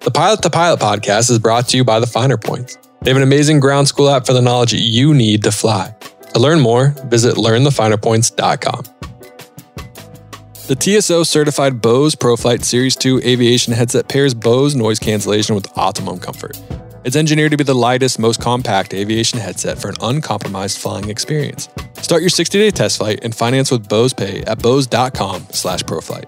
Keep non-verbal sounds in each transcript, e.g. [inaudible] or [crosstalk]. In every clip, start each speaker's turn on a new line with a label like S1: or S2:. S1: The Pilot to Pilot podcast is brought to you by the Finer Points. They have an amazing ground school app for the knowledge you need to fly. To learn more, visit learnthefinerpoints.com. The TSO certified Bose ProFlight Series 2 aviation headset pairs Bose noise cancellation with optimum comfort. It's engineered to be the lightest, most compact aviation headset for an uncompromised flying experience. Start your 60-day test flight and finance with Bose Pay at bose.com slash proflight.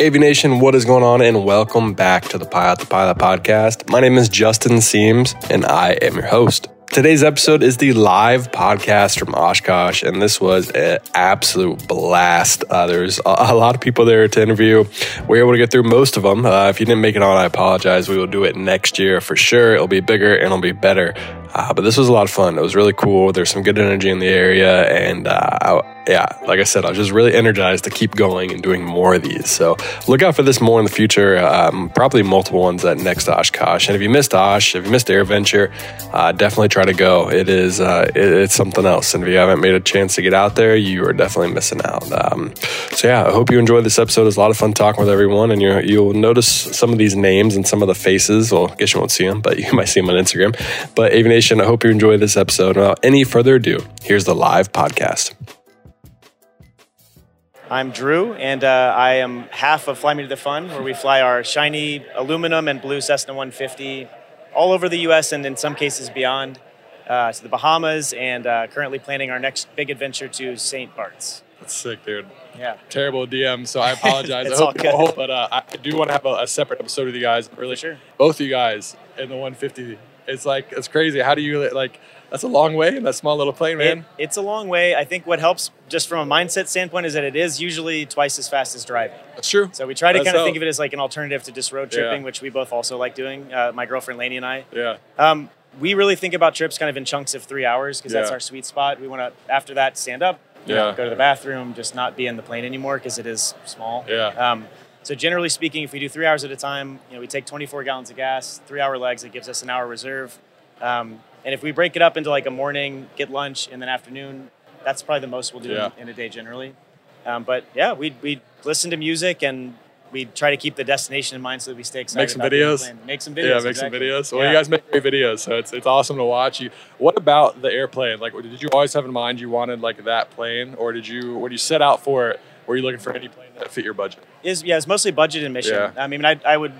S1: Aviation, what is going on? And welcome back to the Pilot the Pilot podcast. My name is Justin Seams, and I am your host. Today's episode is the live podcast from Oshkosh, and this was an absolute blast. Uh, There's a, a lot of people there to interview. We were able to get through most of them. Uh, if you didn't make it on, I apologize. We will do it next year for sure. It'll be bigger and it'll be better. Uh, but this was a lot of fun. It was really cool. There's some good energy in the area, and uh, I, yeah, like I said, I was just really energized to keep going and doing more of these. So look out for this more in the future. Um, probably multiple ones at next Oshkosh. And if you missed Osh, if you missed Air Venture, uh, definitely try to go. It is uh, it, it's something else. And if you haven't made a chance to get out there, you are definitely missing out. Um, so yeah, I hope you enjoyed this episode. It was a lot of fun talking with everyone, and you you'll notice some of these names and some of the faces. Well, I guess you won't see them, but [laughs] you might see them on Instagram. But Aviation, I hope you enjoyed this episode. Without any further ado, here's the live podcast.
S2: I'm Drew, and uh, I am half of Fly Me to the Fun, where we fly our shiny aluminum and blue Cessna 150 all over the U.S. and in some cases beyond uh, to the Bahamas, and uh, currently planning our next big adventure to St. Bart's.
S1: That's sick, dude.
S2: Yeah.
S1: terrible DM, so I
S2: [laughs]
S1: apologize. I
S2: It's
S1: hope,
S2: all
S1: I
S2: good.
S1: hope- but uh, I do want to have a, a separate episode with you guys. Really,
S2: sure.
S1: both of you guys in the 150. It's like it's crazy. How do you like? That's a long way in that small little plane,
S2: It-
S1: man.
S2: it's a long way. I think what helps, just from a mindset standpoint, is that it is usually twice as fast as driving.
S1: That's true.
S2: So we try to
S1: That's
S2: kind of
S1: how-
S2: think of it as like an alternative to just road
S1: Yeah.
S2: tripping, which we both also like doing. Uh, my girlfriend Lainey and I.
S1: yeah,
S2: Um, we really think about trips kind of in chunks of three hours because that's
S1: Yeah.
S2: our sweet spot. We want to, after that, stand up, you know,
S1: Yeah.
S2: go to the bathroom, just not be in the plane anymore because it is small.
S1: Yeah.
S2: Um, so generally speaking, if we do three hours at a time, you know, we take 24 gallons of gas, three hour legs, it gives us an hour reserve. Um, and if we break it up into like a morning, get lunch, and then afternoon, that's probably the most we'll do
S1: Yeah.
S2: in, in a day generally. Um, but yeah, we we listen to music and we try to keep the destination in mind so that we stay excited.
S1: Make some
S2: about being in the
S1: videos.
S2: plane. Make some videos.
S1: yeah. Make
S2: exactly.
S1: some videos. Well,
S2: Yeah.
S1: you guys make great videos, so it's it's awesome to watch. You, what about the airplane? Like, did you always have in mind you wanted like that plane, or did you when you set out for it? Were you looking for any plane that fit your budget?
S2: is yeah, it's mostly budget and mission.
S1: Yeah.
S2: I mean, I, I would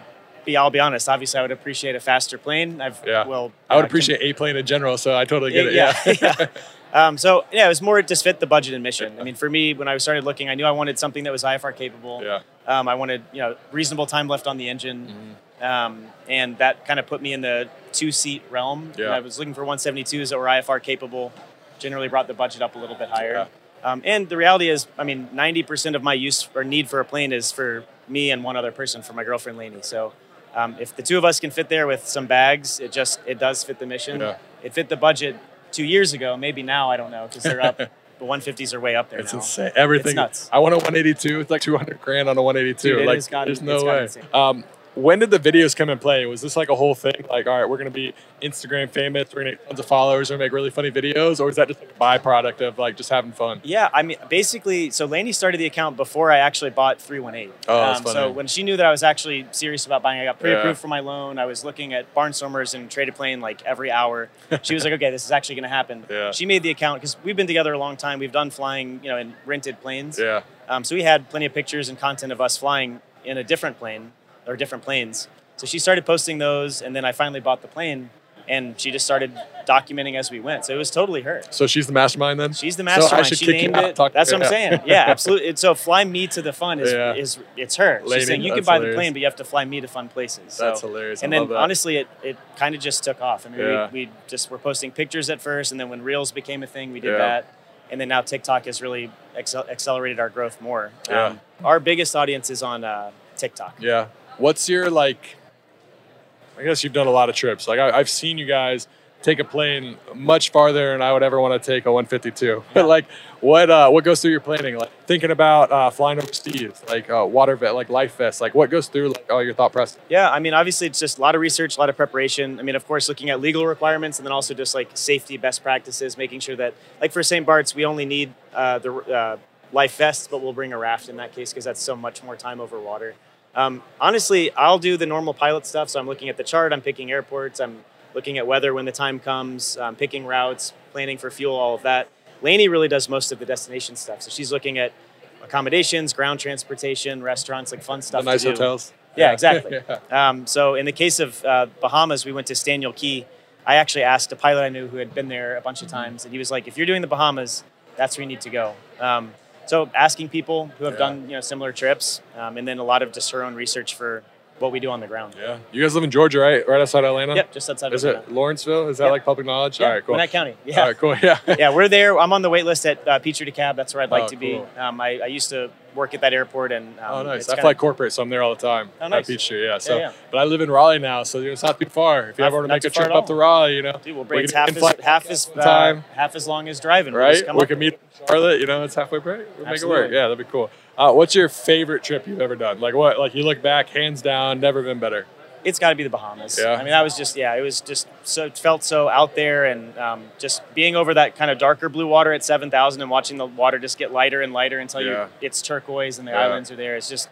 S2: be. I'll be honest. Obviously, I would appreciate a faster plane. I've
S1: Yeah.
S2: well,
S1: I would
S2: uh,
S1: appreciate a plane in general, so I totally
S2: Yeah,
S1: get it.
S2: [laughs] yeah,
S1: [laughs]
S2: yeah. Um, so yeah, it was more just fit the budget and mission. I mean, for me, when I started looking, I knew I wanted something that was IFR capable.
S1: yeah.
S2: Um, I wanted you know reasonable time left on the engine,
S1: Mm-hmm.
S2: um, and that kind of put me in the two seat realm.
S1: Yeah.
S2: And I was looking for 172s that were IFR capable. Generally, brought the budget up a little bit higher.
S1: Yeah.
S2: Um, and the reality is, I mean, 90% of my use or need for a plane is for me and one other person, for my girlfriend Lainey. So um, if the two of us can fit there with some bags, it just it does fit the mission.
S1: Yeah.
S2: It fit the budget two years ago, maybe now I don't know because they're
S1: [laughs]
S2: up. The 150s are way up there
S1: It's
S2: now.
S1: insane. Everything.
S2: nuts.
S1: I want a 182. It's like 200 grand on a 182.
S2: Dude, it
S1: like,
S2: has gotten-
S1: there's
S2: it's
S1: no
S2: gotten
S1: way.
S2: insane.
S1: Um, when did the videos come in play? Was this like a whole thing? Like, all right, we're gonna be Instagram famous. We're gonna get tons of followers. We're gonna make really funny videos, or is that just like a byproduct of like just having fun?
S2: Yeah, I mean, basically, so Lainey started the account before I actually bought 318.
S1: Oh, that's
S2: Um, So
S1: funny.
S2: when she knew that I was actually serious about buying, I got pre-approved
S1: Yeah.
S2: for my loan. I was looking at Barnstormers and Traded Plane like every hour. She was like, [laughs] okay, this is actually going to happen.
S1: Yeah.
S2: She made the account because we've been together a long time. We've done flying, you know, in rented planes.
S1: Yeah.
S2: Um, so we had plenty of pictures and content of us flying in a different plane or different planes. So she started posting those, and then I finally bought the plane, and she just started documenting as we went. So it was totally her.
S1: So she's the mastermind then.
S2: She's the
S1: So I
S2: mastermind.
S1: should
S2: she
S1: kick you
S2: named
S1: out,
S2: it.
S1: talk to
S2: That's
S1: her.
S2: what I'm
S1: [laughs]
S2: saying.
S3: [laughs]
S2: Yeah, absolutely. And so fly me to the fun is,
S1: Yeah.
S2: is it's her.
S1: Lady,
S2: She's saying you can
S1: that's
S2: buy
S1: hilarious.
S2: the plane, but you have to fly me to fun places. So-
S1: That's hilarious. I
S2: And then
S1: love that.
S2: honestly, it, it kind of just took off. I mean,
S1: Yeah.
S2: we, we just were posting pictures at first, and then when Reels became a thing, we did
S1: Yeah.
S2: that. And then now TikTok has really accel- accelerated our growth more.
S1: Yeah.
S2: our biggest audience is on uh, TikTok.
S3: Yeah. What's your like? I guess you've done a lot of trips. Like I, I've seen you guys take a plane much farther than I would ever want to take a [laughs] 152. But like, what uh, what goes through your planning? Like thinking about uh, flying overseas, like uh, water vet, like life vests, like what goes through like all your thought process?
S2: Yeah, I mean, obviously, it's just a lot of research, a lot of preparation. I mean, of course, looking at legal requirements and then also just like safety best practices, making sure that, like for St. Bart's, we only need uh, the uh, life vests, but we'll bring a raft in that case because that's so much more time over water. Um, honestly, I'll do the normal pilot stuff. So I'm looking at the chart, I'm picking airports, I'm looking at weather when the time comes, um, picking routes, planning for fuel, all of that. Lainey really does most of the destination stuff. So she's looking at accommodations, ground transportation, restaurants, like fun
S3: The
S2: stuff.
S3: nice
S2: to do.
S3: hotels.
S2: Yeah, exactly.
S3: Yeah.
S2: Um, so in the case of uh, Bahamas, we went to Staniel Key. I actually asked a pilot I knew who had been there a bunch
S3: Mm-hmm.
S2: of times, and he was like, "If you're doing the Bahamas, that's where you need to go." Um, so asking people who have
S3: Yeah.
S2: done you know similar trips, um, and then a lot of just her own research for what we do on the ground.
S3: [laughs] Yeah. You guys live in Georgia, right? Right outside Atlanta.
S2: Yep, just outside
S3: Is
S2: of
S3: it
S2: Atlanta.
S3: Lawrenceville? Is that
S2: Yeah.
S3: like public knowledge?
S2: Yeah,
S3: All right, cool.
S2: Gwinnett County. Yeah.
S3: All right, cool. [laughs] Yeah.
S2: yeah, we're there. I'm on the wait list at uh, Petrie DeKalb. That's where I'd like
S3: Oh,
S2: to be.
S3: cool.
S2: Um, I, I used to work at that airport, and um,
S3: Oh, nice.
S2: it's
S3: I
S2: kinda-
S3: fly corporate, so I'm there all the time.
S2: Oh, nice.
S3: At Peachtree, yeah. So,
S2: yeah.
S3: but I live in Raleigh now, so it's not too far. If you
S2: Not-
S3: ever want to
S2: not
S3: make
S2: too
S3: a
S2: far
S3: trip
S2: at
S3: up
S2: all.
S3: to Raleigh, you know,
S2: Dude, we'll
S3: we
S2: bring it's
S3: can
S2: half
S3: in-flight
S2: as, half as uh,
S3: time.
S2: half as long as driving. We'll just
S3: right?
S2: come
S3: We
S2: up
S3: can meet in Charlotte. You know, it's halfway break. We'll make it work.
S2: Absolutely.
S3: Yeah, that'd be cool. Uh, what's your favorite trip you've ever done? Like what? Like you look back, hands down, never been better.
S2: it's got to be the Bahamas.
S3: Yeah.
S2: I mean, that was just yeah, it was just so it felt so out there, and um, just being over that kind of darker blue water at seven thousand and watching the water just get lighter and lighter until
S3: Yeah.
S2: you it's turquoise and the
S3: Yeah.
S2: islands are there. It's just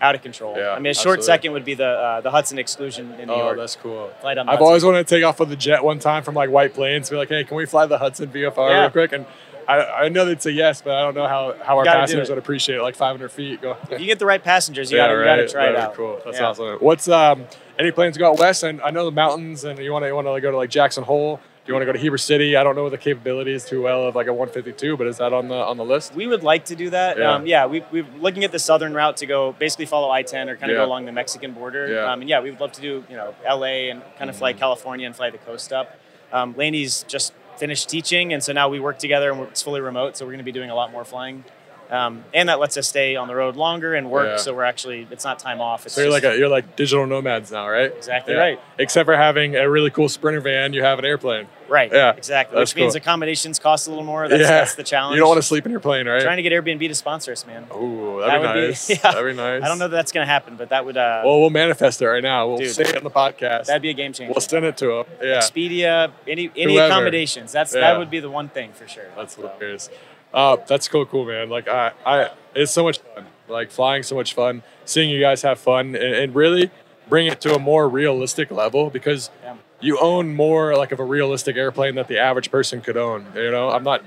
S2: out of control.
S3: Yeah,
S2: I mean, a short
S3: absolutely.
S2: second would be the uh, the Hudson exclusion in New
S3: Oh,
S2: York.
S3: that's cool.
S2: Flight on the
S3: I've
S2: Hudson.
S3: always wanted to take off with a jet one time from like White Plains. Be like, hey, can we fly the Hudson VFR
S2: Yeah.
S3: real quick? And I, I know that's a yes, but I don't know how, how our
S2: Gotta do
S3: passengers
S2: it.
S3: would appreciate it. Like 500 feet. Go.
S2: if you get the right passengers, you gotta you gotta try
S3: That'd
S2: it
S3: be
S2: out.
S3: Cool. That's
S2: Yeah.
S3: awesome. What's um any plans to go out west? And I know the mountains and you wanna you wanna go to like Jackson Hole. Do you wanna go to Heber City? I don't know the capabilities too well of like a one fifty two, but is that on the on the list?
S2: We would like to do that.
S3: Yeah.
S2: Yeah, um, yeah we, we're looking at the southern route to go basically follow I 10 or kind of
S3: Yeah.
S2: go along the Mexican border.
S3: Yeah. Mm-hmm.
S2: Um, and yeah, we would love to do, you know, LA and kind of fly California and fly the coast up. Um, Laney's just finished teaching, and so now we work together and we're, it's fully remote, so we're going to be doing a lot more flying. Um, and that lets us stay on the road longer and work,
S3: Yeah.
S2: so we're actually, it's not time off. It's
S3: So you're
S2: just-
S3: like a, you're like digital nomads now, right?
S2: Exactly
S3: Yeah.
S2: right.
S3: Except for having a really cool sprinter van, you have an airplane.
S2: Right,
S3: Yeah,
S2: exactly.
S3: that's
S2: Which means
S3: cool.
S2: accommodations cost a little more. That's, that's the challenge.
S3: You don't want to sleep in your plane, right?
S2: Trying to get Airbnb to sponsor us, man.
S3: Ooh, that'd
S2: That
S3: be
S2: would be- [laughs]
S3: nice.
S2: yeah.
S3: That'd be nice.
S2: I don't know that that's going to happen, but that would uh,
S3: Well, we'll manifest it right now. We'll
S2: Dude.
S3: say it on the podcast.
S2: that'd be a game changer.
S3: we'll send it to him. Yeah.
S2: Expedia, any any
S3: Whoever.
S2: accommodations. That's
S3: Yeah.
S2: that would be the one thing for sure.
S3: That's hilarious. Uh, that's cool, cool, man. Like I, I, it's so much fun. Like flying, so much fun. Seeing you guys have fun and, and really bring it to a more realistic level because
S2: Yeah.
S3: you own more like of a realistic airplane that the average person could own. You know, I'm not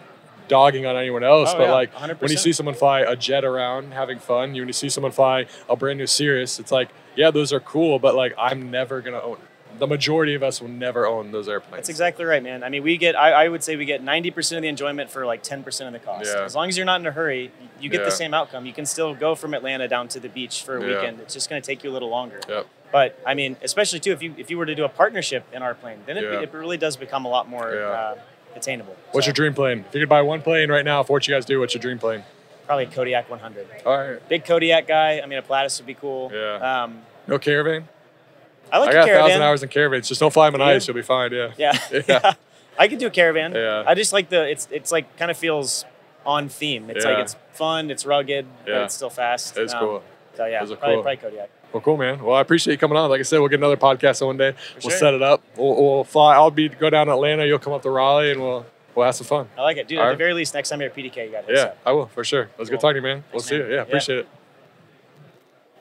S3: dogging on anyone else,
S2: Oh,
S3: but
S2: yeah,
S3: like
S2: 100%.
S3: when you see someone fly a jet around having fun, you when you see someone fly a brand new Cirrus, it's like, yeah, those are cool, but like I'm never gonna own. The majority of us will never own those airplanes.
S2: That's exactly right, man. I mean, we get I, I would say we get ninety percent of the enjoyment for like ten percent of the cost.
S3: Yeah.
S2: As long as you're not in a hurry, you get
S3: Yeah.
S2: the same outcome. You can still go from Atlanta down to the beach for a
S3: Yeah.
S2: weekend. It's just going to take you a little longer.
S3: Yep.
S2: But I mean, especially too, if you if you were to do a partnership in our plane, then it,
S3: Yeah.
S2: it really does become a lot more
S3: Yeah.
S2: uh, attainable.
S3: What's
S2: So,
S3: your dream plane? If you could buy one plane right now for what you guys do, what's your dream plane?
S2: probably a Kodiak 100?
S3: All right.
S2: Big Kodiak guy. I mean, a Platus would be cool.
S3: Yeah.
S2: Um,
S3: No caravan?
S2: I like
S3: I
S2: a
S3: got a
S2: caravan.
S3: thousand hours in caravans. Just don't fly them on
S2: Do you?
S3: ice. You'll be fine. Yeah.
S2: [laughs] Yeah.
S3: Yeah.
S2: I could do a caravan.
S3: Yeah.
S2: I just like the it's it's like kind of feels on theme. It's
S3: Yeah.
S2: like it's fun, it's rugged,
S3: Yeah.
S2: but it's still fast. Um,
S3: It's cool.
S2: So yeah,
S3: Those are
S2: probably,
S3: cool.
S2: probably Kodiak.
S3: Well, cool, man. Well, I appreciate you coming on. Like I said, we'll get another podcast on one day. we'll
S2: sure.
S3: set it up. We'll, we'll fly. I'll be go down to Atlanta. You'll come up to Raleigh, and we'll we'll have some fun.
S2: I like it, dude.
S3: All
S2: At
S3: right.
S2: the very least, next time you're at PDK, you got
S3: Yeah, I will for sure. Let's go
S2: Cool.
S3: talk to you, man. We'll
S2: Thanks,
S3: see
S2: man.
S3: you. Yeah,
S2: Yeah.
S3: appreciate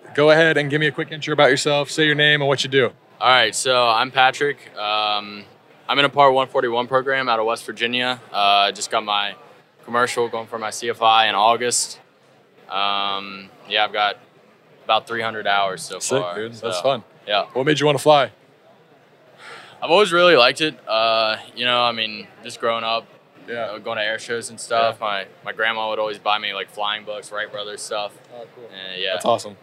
S3: it. Go ahead and give me a quick intro about yourself. Say your name and what you do.
S4: All right, so I'm Patrick. Um, I'm in a Part 141 program out of West Virginia. Uh, just got my commercial going for my CFI in August. Um, yeah, I've got about 300 hours so
S3: Sick,
S4: far.
S3: dude.
S4: so,
S3: That's fun.
S4: Yeah,
S3: What made you want to fly?
S4: I've always really liked it. Uh, you know, I mean, just growing up, you
S3: Yeah.
S4: know, going to air shows and stuff. My my grandma would always buy me like flying books, Wright Brothers stuff.
S3: Oh, cool.
S4: And yeah,
S3: That's awesome.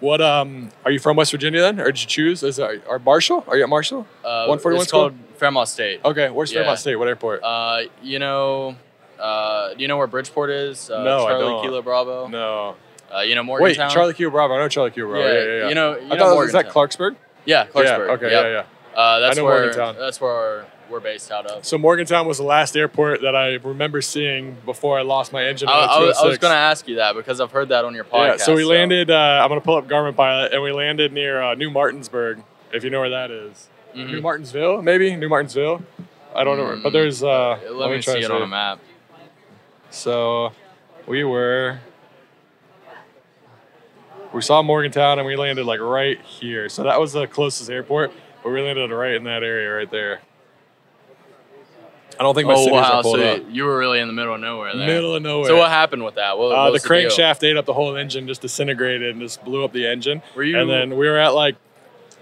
S3: What um are you from West Virginia then, or did you choose? Is that, are Marshall? Are you at Marshall?
S4: uh,
S3: 141
S4: It's
S3: school?
S4: called Fairmont State.
S3: Okay, where's
S4: Yeah.
S3: Fairmont State? What airport?
S4: Uh, you know, uh, do you know where Bridgeport is? Uh,
S3: No, I
S4: Charlie
S3: don't.
S4: Kilo Bravo.
S3: no.
S4: Uh, you know
S3: Wait,
S4: Morgantown.
S3: Charlie Q. Bravo. I know Charlie Q. Bravo.
S4: Yeah,
S3: Yeah, yeah, yeah.
S4: you know- you
S3: I
S4: know
S3: thought was that
S4: Morgantown.
S3: Clarksburg?
S4: Yeah, Clarksburg.
S3: Yeah. Okay.
S4: yep.
S3: Yeah, yeah.
S4: Uh, that's
S3: I know
S4: where
S3: Morgantown.
S4: that's where we're based out of.
S3: So Morgantown was the last airport that I remember seeing before I lost my engine.
S4: I,
S3: on the
S4: I was, I was
S3: 206.
S4: going to ask you that because I've heard that on your podcast.
S3: Yeah, so we landed. Uh, I'm gonna pull up Garmin Pilot, and we landed near uh, New Martinsburg, if you know where that is.
S4: Mhm.
S3: New Martinsville, maybe New Martinsville. I don't know, but there's. Uh,
S4: Mm, Let, me,
S3: try
S4: see
S3: to
S4: it
S3: say
S4: on a map.
S3: So, we were. We saw Morgantown, and we landed like right here. So that was the closest airport, but we landed right in that area right there. I don't think my
S4: Oh
S3: cities
S4: wow!
S3: are pulled
S4: So
S3: up.
S4: you were really in the middle of nowhere there.
S3: Middle of nowhere.
S4: So what happened with that? What,
S3: Uh,
S4: what
S3: the
S4: was deal?
S3: crankshaft ate up the whole engine, just disintegrated and just blew up the engine.
S4: Were you-
S3: And then we were at like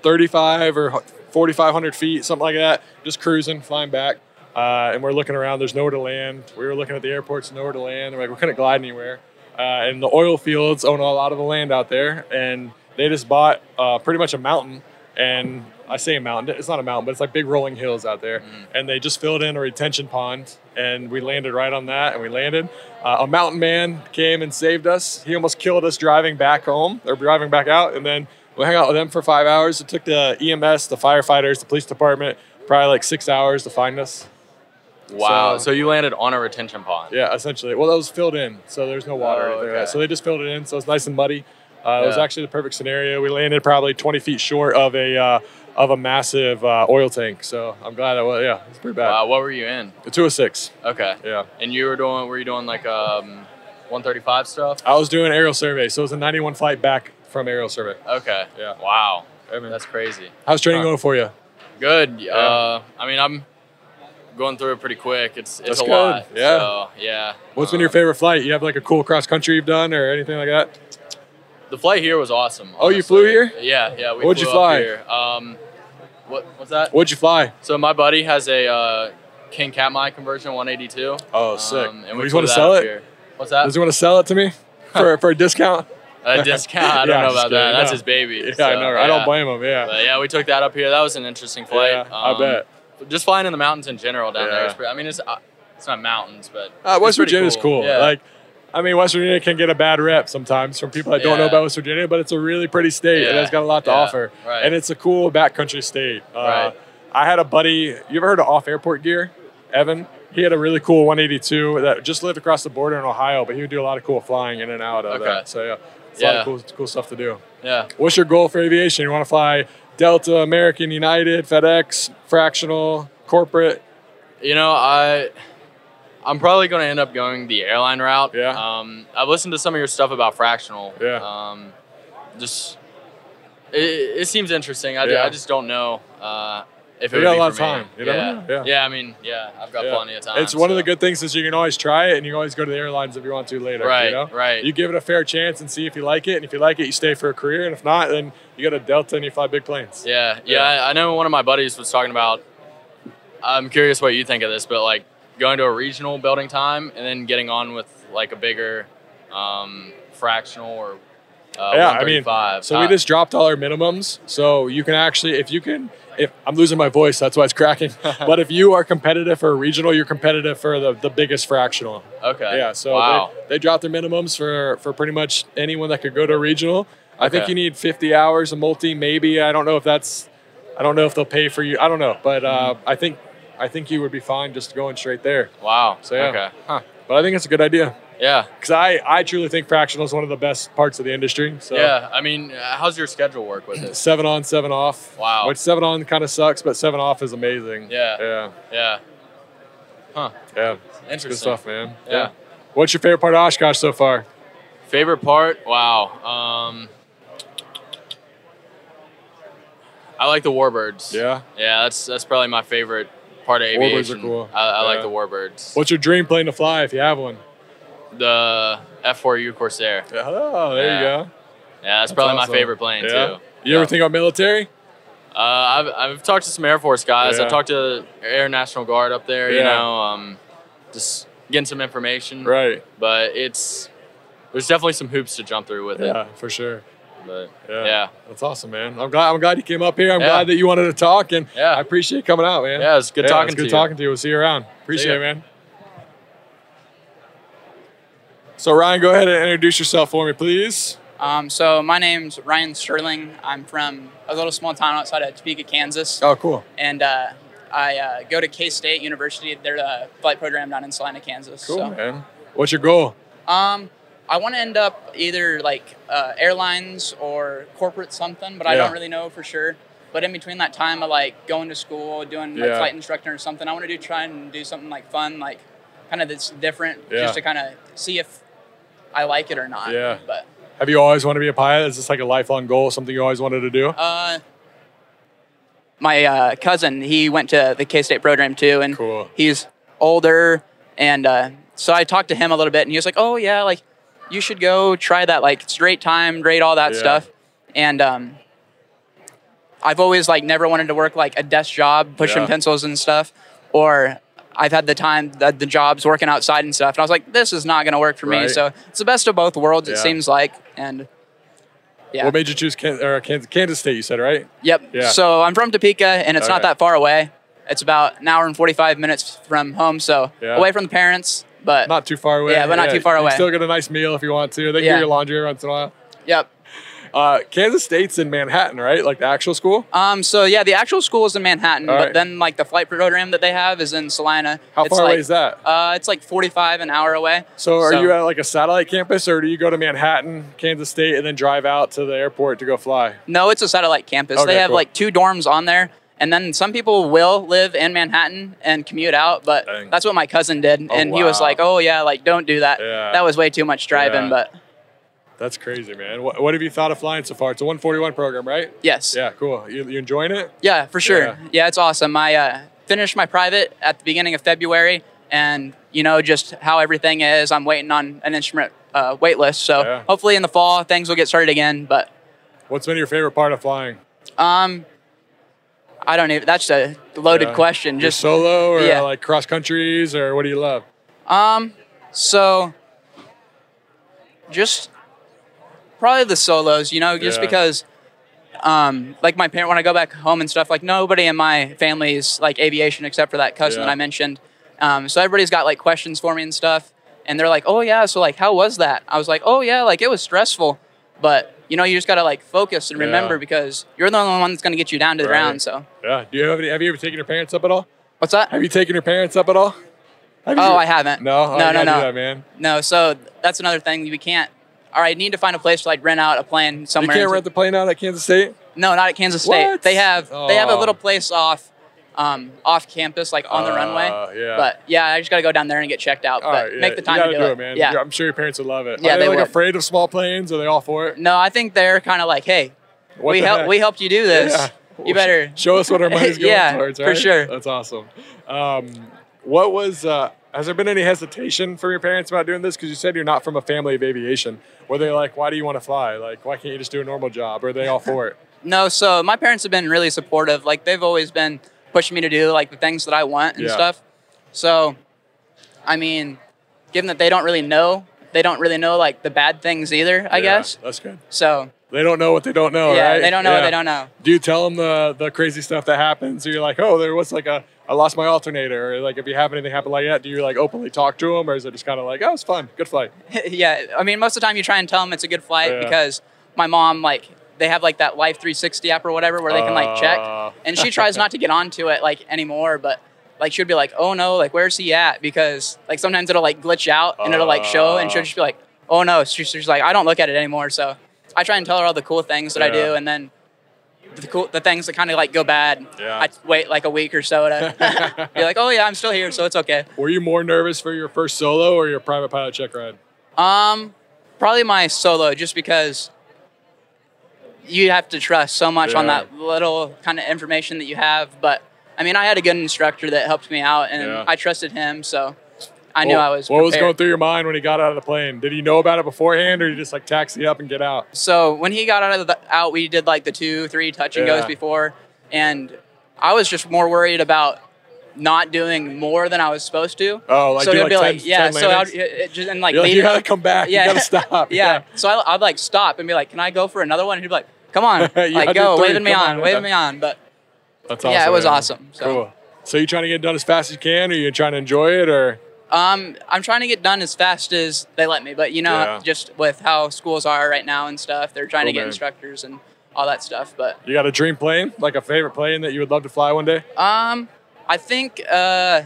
S3: 35 or 4,500 feet, something like that, just cruising, flying back. Uh, and we're looking around. There's nowhere to land. We were looking at the airports, nowhere to land. We're like, we couldn't glide anywhere. Uh, and the oil fields own a lot of the land out there, and they just bought uh, pretty much a mountain. And I say a mountain, it's not a mountain, but it's like big rolling hills out there. And they just filled in a retention pond, and we landed right on that. And we landed. Uh, a mountain man came and saved us. He almost killed us driving back home or driving back out. And then we hung out with them for five hours. It took the EMS, the firefighters, the police department probably like six hours to find us.
S4: Wow!
S3: so-
S4: So, you landed on a retention pond.
S3: Yeah, essentially. Well, that was filled in, so there's no water.
S4: Oh,
S3: or anything like that.
S4: okay.
S3: So they just filled it in, so it's nice and muddy. Uh, It was
S4: Yeah.
S3: actually the perfect scenario. We landed probably 20 feet short of a uh, of a massive uh, oil tank. So I'm glad that was. Yeah, it's pretty bad.
S4: Wow! What were you in?
S3: The 206.
S4: Okay.
S3: Yeah.
S4: And you were doing? Were you doing like um, 135 stuff?
S3: I was doing aerial survey, so it was a 91 flight back from aerial survey.
S4: Okay.
S3: Yeah.
S4: Wow.
S3: I mean,
S4: That's crazy.
S3: how's training going for you?
S4: Good. Uh, I mean, I'm going through it pretty quick. It's it's
S3: That's
S4: a
S3: good.
S4: lot.
S3: Yeah.
S4: So, yeah.
S3: What's been
S4: Uh,
S3: your favorite flight? You have like a cool cross country you've done or anything like that?
S4: The flight here was awesome.
S3: Oh, you flew here?
S4: Yeah, yeah. We
S3: What'd you
S4: flew
S3: fly?
S4: Up here. Um, what what's that?
S3: What'd you fly?
S4: So my buddy has a uh, King Katmai conversion 182.
S3: Oh, sick.
S4: And
S3: Do
S4: we
S3: you
S4: flew
S3: wanna
S4: that
S3: sell
S4: up
S3: it?
S4: Here. What's that?
S3: Does he want to sell it to [laughs] me for, for a discount?
S4: A discount? I don't
S3: Yeah,
S4: know
S3: just
S4: about that.
S3: kidding.
S4: That's
S3: No.
S4: his baby.
S3: Yeah,
S4: so,
S3: I know. right? I
S4: yeah.
S3: don't blame him. Yeah.
S4: But yeah, we took that up here. That was an interesting flight. Um,
S3: Yeah, I bet.
S4: Just flying in the mountains in general down there.
S3: Yeah.
S4: Is pretty, I mean, it's uh, it's not mountains, but
S3: Uh,
S4: it's
S3: West
S4: pretty
S3: Virginia's cool.
S4: Yeah.
S3: Like, I mean, West Virginia can get a bad rep sometimes from people that don't know
S4: Yeah.
S3: about West Virginia, but it's a really pretty state and
S4: Yeah.
S3: it's got a lot to
S4: Yeah.
S3: offer.
S4: Right.
S3: And it's a cool backcountry state. Uh,
S4: Right.
S3: I had a buddy, you ever heard of off airport gear? Evan? He had a really cool 182 that just lived across the border in Ohio, but he would do a lot of cool flying in and out of
S4: Okay.
S3: that. So, yeah, it's a lot
S4: Yeah.
S3: of cool, cool stuff to do.
S4: yeah.
S3: What's your goal for aviation? You want to fly Delta, American, United, FedEx, fractional, corporate?
S4: You know, I I'm probably going to end up going the airline route.
S3: Yeah.
S4: Um, I've listened to some of your stuff about fractional.
S3: Yeah.
S4: Um, just it, it seems interesting. I, ju-
S3: Yeah.
S4: I just don't know uh, if it
S3: You
S4: would
S3: got a
S4: be
S3: lot
S4: for
S3: of time,
S4: Me.
S3: you know?
S4: yeah.
S3: Yeah.
S4: I mean, yeah, I've got
S3: Yeah.
S4: plenty of time.
S3: It's one of the
S4: so.
S3: good things is you can always try it and you can always go to the airlines if you want to later.
S4: Right,
S3: You know?
S4: right.
S3: You give it a fair chance and see if you like it. And if you like it, you stay for a career. And if not, then you go to Delta and you fly big planes.
S4: Yeah, yeah.
S3: Yeah.
S4: I, I know one of my buddies was talking about. I'm curious what you think of this, but like going to a regional building time and then getting on with like a bigger um, fractional or uh,
S3: yeah, I mean,
S4: 135.
S3: so we
S4: Uh,
S3: just dropped all our minimums. So you can actually, if you can, if I'm losing my voice, that's why
S4: [laughs]
S3: it's cracking. but if you are competitive for a regional, you're competitive for the, the biggest fractional.
S4: Ah, okay.
S3: Yeah, so
S4: wow.
S3: they, they dropped their minimums for for pretty much anyone that could go to a regional. I think
S4: Okay.
S3: you need 50 hours of multi, maybe. I don't know if that's, I don't know if they'll pay for you. I don't know, but uh, I think I think you would be fine just going straight there.
S4: Wow.
S3: So yeah,
S4: Okay.
S3: Huh. but I think it's a good idea
S4: Yeah.
S3: because I I truly think fractional is one of the best parts of the industry. So
S4: Yeah. I mean, uh, how's your schedule work with
S3: [laughs]
S4: this?
S3: seven on, seven off.
S4: Wow.
S3: which seven on kind of sucks, but seven off is amazing.
S4: Yeah.
S3: yeah,
S4: Yeah. Huh.
S3: yeah.
S4: Interesting.
S3: Good stuff, man.
S4: Yeah.
S3: What's your favorite part of Oshkosh so far?
S4: Favorite part? Wow. Um, I like the warbirds.
S3: Yeah.
S4: Yeah, that's that's probably my favorite part of
S3: Warbirds are
S4: aviation.
S3: cool.
S4: I, I like
S3: Yeah.
S4: the warbirds.
S3: What's your dream plane to fly if you have one?
S4: the F4U Corsair.
S3: Oh, there
S4: Yeah.
S3: you go.
S4: Yeah, that's, probably
S3: awesome.
S4: my favorite plane
S3: Yeah.
S4: too.
S3: You ever think about military?
S4: Uh, I've, I've talked to some Air Force guys.
S3: Yeah.
S4: I talked to Air National Guard up there.
S3: Yeah.
S4: You know, um, just getting some information.
S3: Right.
S4: But it's there's definitely some hoops to jump through with
S3: Yeah,
S4: it.
S3: for sure.
S4: But
S3: Yeah.
S4: yeah,
S3: That's awesome, man. I'm glad. I'm glad you came up here. I'm
S4: Yeah.
S3: glad that you wanted to talk, and
S4: Yeah.
S3: I appreciate you coming out, man.
S4: Yeah, it was good talking
S3: it's
S4: to
S3: good
S4: you.
S3: talking to you. We'll see you around. Appreciate
S4: ya.
S3: it, man. So Ryan, go ahead and introduce yourself for me, please.
S5: Um, so my name's Ryan Sterling. I'm from a little small town outside of Topeka, Kansas,
S3: Oh, cool.
S5: and uh, I uh, go to K State University. They're a flight program down in Salina, Kansas.
S3: Cool,
S5: so,
S3: man. What's your goal?
S5: um, I want to end up either like uh, airlines or corporate something, but I
S3: Yeah.
S5: don't really know for sure. But in between that time, I like going to school, doing like
S3: Yeah.
S5: flight instructor or something. I want to do try and do something like fun, like kind of that's different,
S3: Yeah.
S5: just to kind of see if I like it or not.
S3: Yeah.
S5: But
S3: Have you always wanted to be a pilot? Is this like a lifelong goal? Something you always wanted to do?
S5: Uh, my uh, cousin, he went to the K State program too, and
S3: Cool.
S5: he's older, and uh, so I talked to him a little bit, and he was like, "Oh yeah, like you should go try that, like straight time, grade all that
S3: Yeah.
S5: stuff," and um, I've always like never wanted to work like a desk job, pushing
S3: Yeah.
S5: pencils and stuff, or I've had the time that the jobs working outside and stuff, and I was like, "This is not going to work for me."
S3: Right.
S5: So it's the best of both worlds, it
S3: Yeah.
S5: seems like, and yeah.
S3: What made you choose Kan- or Kansas, Kansas State? You said right.
S5: Yep.
S3: Yeah.
S5: So I'm from Topeka, and it's not
S3: Okay.
S5: that far away. It's about an hour and 45 minutes from home, so
S3: Yeah.
S5: away from the parents. But
S3: Not too far away.
S5: Yeah, but not too far
S3: you
S5: away.
S3: can Still get a nice meal if you want to. They can
S5: Yeah.
S3: do your laundry every once in a while.
S5: yep.
S3: Uh, Kansas State's in Manhattan, right? Like the actual school.
S5: Um. So yeah, the actual school is in Manhattan,
S3: All
S5: but
S3: right.
S5: then like the flight program that they have is in Salina.
S3: How
S5: It's
S3: far away
S5: like-
S3: is that?
S5: Uh, it's like 45 an hour away.
S3: So are you at like a satellite campus, or do you go to Manhattan, Kansas State, and then drive out to the airport to go fly?
S5: No, it's a satellite campus.
S3: Okay,
S5: they have
S3: cool.
S5: like two dorms on there. And then some people will live in Manhattan and commute out, but
S3: Dang.
S5: that's what my cousin did. and he was
S3: wow.
S5: like, oh, yeah, like, don't do that.
S3: Yeah.
S5: That was way too much driving,
S3: Yeah.
S5: but
S3: That's crazy, man. What, what have you thought of flying so far? It's a 141 program, right?
S5: yes.
S3: Yeah, cool. You, you enjoying it?
S5: Yeah, for sure.
S3: Yeah.
S5: Yeah, it's awesome. I uh, finished my private at the beginning of February, and you know just how everything is. I'm waiting on an instrument uh, wait list, so
S3: Yeah.
S5: hopefully in the fall things will get started again. But
S3: What's been your favorite part of flying?
S5: um, I don't even. That's a loaded
S3: Yeah.
S5: question.
S3: Your
S5: Just
S3: solo or
S5: yeah.
S3: like cross countries or what do you love?
S5: um, so just probably the solos. You know, just
S3: Yeah.
S5: because. Um, like my parent, when I go back home and stuff, like nobody in my family is like aviation except for that cousin
S3: Yeah.
S5: that I mentioned. Um, so everybody's got like questions for me and stuff, and they're like, "Oh yeah, so like how was that?" I was like, "Oh yeah, like it was stressful, but you know you just gotta like focus and
S3: Yeah.
S5: remember because you're the only one that's gonna get you down to the
S3: Right.
S5: ground." So
S3: Yeah. Do you have any, have you ever taken your parents up at all?
S5: what's that?
S3: Have you taken your parents up at all? Have
S5: Oh,
S3: you-
S5: I haven't.
S3: No,
S5: no,
S3: Oh, you
S5: no,
S3: gotta do
S5: no,
S3: that, man.
S5: no. So that's another thing we can't. All right, need to find a place to like rent out a plane
S3: You
S5: somewhere.
S3: can't
S5: in-
S3: rent the plane out at Kansas State.
S5: No, not at Kansas State.
S3: What?
S5: They have they have a
S3: Oh.
S5: little place off um, off campus, like on the
S3: Uh,
S5: runway.
S3: yeah.
S5: But yeah, I just gotta go down there and get checked out.
S3: All
S5: but
S3: right,
S5: make
S3: yeah,
S5: the
S3: you
S5: time
S3: gotta
S5: to do, it.
S3: man.
S5: Yeah.
S3: You're- I'm sure your parents would love it.
S5: Yeah,
S3: Are they,
S5: they
S3: like
S5: would.
S3: afraid of small planes? Are they all for it?
S5: No, I think they're kind of like, hey,
S3: What
S5: we
S3: the
S5: help
S3: heck?
S5: we helped you do this.
S3: Yeah.
S5: You better.
S3: [laughs] show us what our
S5: [laughs]
S3: money's going
S5: Yeah,
S3: towards.
S5: for
S3: right?
S5: sure.
S3: That's awesome. Um, what was? Uh, has there been any hesitation from your parents about doing this? Because you said you're not from a family of aviation. Were they like, "Why do you want to fly? Like, why can't you just do a normal job?" Or are they all for it?
S5: No, so my parents have been really supportive. Like they've always been pushing me to do like the things that I want and
S3: Yeah.
S5: stuff. So, I mean, given that they don't really know, they don't really know like the bad things either. I
S3: Yeah,
S5: guess.
S3: that's good.
S5: So
S3: They don't know what they don't know,
S5: yeah,
S3: right?
S5: they don't know. what
S3: Yeah.
S5: They don't know.
S3: Do you tell them the the crazy stuff that happens? Or you're like, "Oh, there was like a." I lost my alternator. Or like, if you have anything happen like that, do you like openly talk to them, or is it just kind of like, "Oh, it's fun, good flight"?
S5: [laughs] yeah, I mean, most of the time you try and tell them it's a good flight
S3: Yeah.
S5: because my mom like they have like that Life 360 app or whatever where they can like
S3: Oh.
S5: check, and she tries not to get onto it like anymore, but. Like she'd be like, "Oh no! Like where's he at?" Because like sometimes it'll like glitch out and it'll like show, and
S3: Uh.
S5: she'll just be like, "Oh no!" She's, she's like, "I don't look at it anymore." So I try and tell her all the cool things that I
S3: Yeah.
S5: do, and then the cool the things that kind of like go bad.
S3: Yeah.
S5: I wait like a week or so to [laughs] be like, "Oh yeah, I'm still here, so it's okay."
S3: Were you more nervous for your first solo or your private pilot check ride?
S5: Um, probably my solo, just because you have to trust so much on
S3: Yeah.
S5: that little kind of information that you have. But I mean, I had a good instructor that helped me out, and
S3: Yeah.
S5: I trusted him, so I knew
S3: What-
S5: I was.
S3: What was going
S5: prepared.
S3: through your mind when he got out of the plane? Did he know about it beforehand, or you just like taxi up and get out?
S5: So when he got out of the out, we did like the two, three touch and
S3: Yeah.
S5: goes before, and I was just more worried about not doing more than I was supposed to.
S3: Oh, like
S5: so
S3: do
S5: it'd
S3: like
S5: be
S3: 10
S5: like, yeah.
S3: 10
S5: so I'd,
S3: landings?
S5: it, it just and like,
S3: You're like, you
S5: leading-
S3: gotta come back. [laughs] You gotta
S5: [laughs]
S3: stop.
S5: yeah. So I, I'd like stop and be like, "Can I go for another one?" And he'd be like, "Come on,
S3: [laughs] You
S5: like
S3: had
S5: go,
S3: your three,
S5: waving me
S3: come
S5: on,
S3: on."
S5: waving me on." But
S3: That's
S5: yeah, it was awesome, so.
S3: Cool. So you trying to get it done as fast as you can, or you trying to enjoy it, or
S5: Um, I'm trying to get done as fast as they let me, but you know,
S3: Yeah.
S5: just with how schools are right now and stuff, they're trying
S3: Cool,
S5: to get
S3: man.
S5: instructors and all that stuff. But
S3: You got a dream plane, like a favorite plane that you would love to fly one day?
S5: um, I think uh,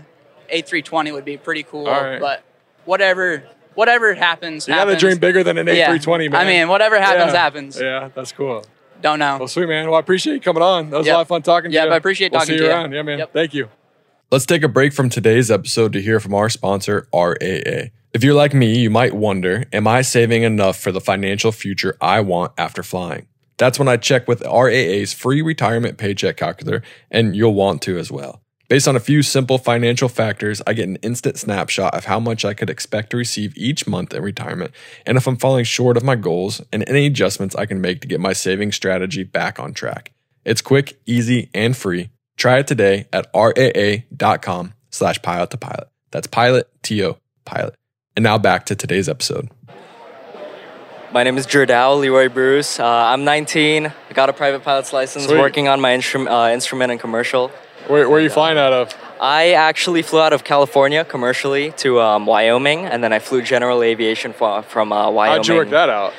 S5: A320 would be pretty cool.
S3: All right.
S5: But whatever, whatever happens,
S3: You got
S5: happens.
S3: to dream bigger than an
S5: Yeah.
S3: A320, man.
S5: I mean, whatever happens,
S3: yeah.
S5: happens.
S3: Yeah, that's cool.
S5: Don't know.
S3: Well, sweet, man. Well, I appreciate you coming on. That was
S5: Yep.
S3: a lot of fun talking to
S5: Yep,
S3: you.
S5: I appreciate
S3: We'll
S5: talking
S3: see
S5: to you.
S3: around. Yeah, man.
S5: Yep.
S3: Thank you.
S6: Let's take a break from today's episode to hear from our sponsor, RAA. If you're like me, you might wonder Am I saving enough for the financial future I want after flying? That's when I check with RAA's free retirement paycheck calculator, and you'll want to as well. Based on a few simple financial factors, I get an instant snapshot of how much I could expect to receive each month in retirement and if I'm falling short of my goals and any adjustments I can make to get my saving strategy back on track. It's quick, easy, and free. Try it today at raa.com slash pilot to pilot. That's pilot, T-O, pilot. And now back to today's episode.
S7: My name is Jordao Leroy Bruce. Uh, I'm 19. I got a private pilot's license,
S3: Sweet.
S7: working on my instrum- uh, instrument and commercial.
S3: Where, where are you flying out of?
S7: I actually flew out of California commercially to um, Wyoming, and then I flew general aviation fro- from uh, Wyoming.
S3: How'd you work that out?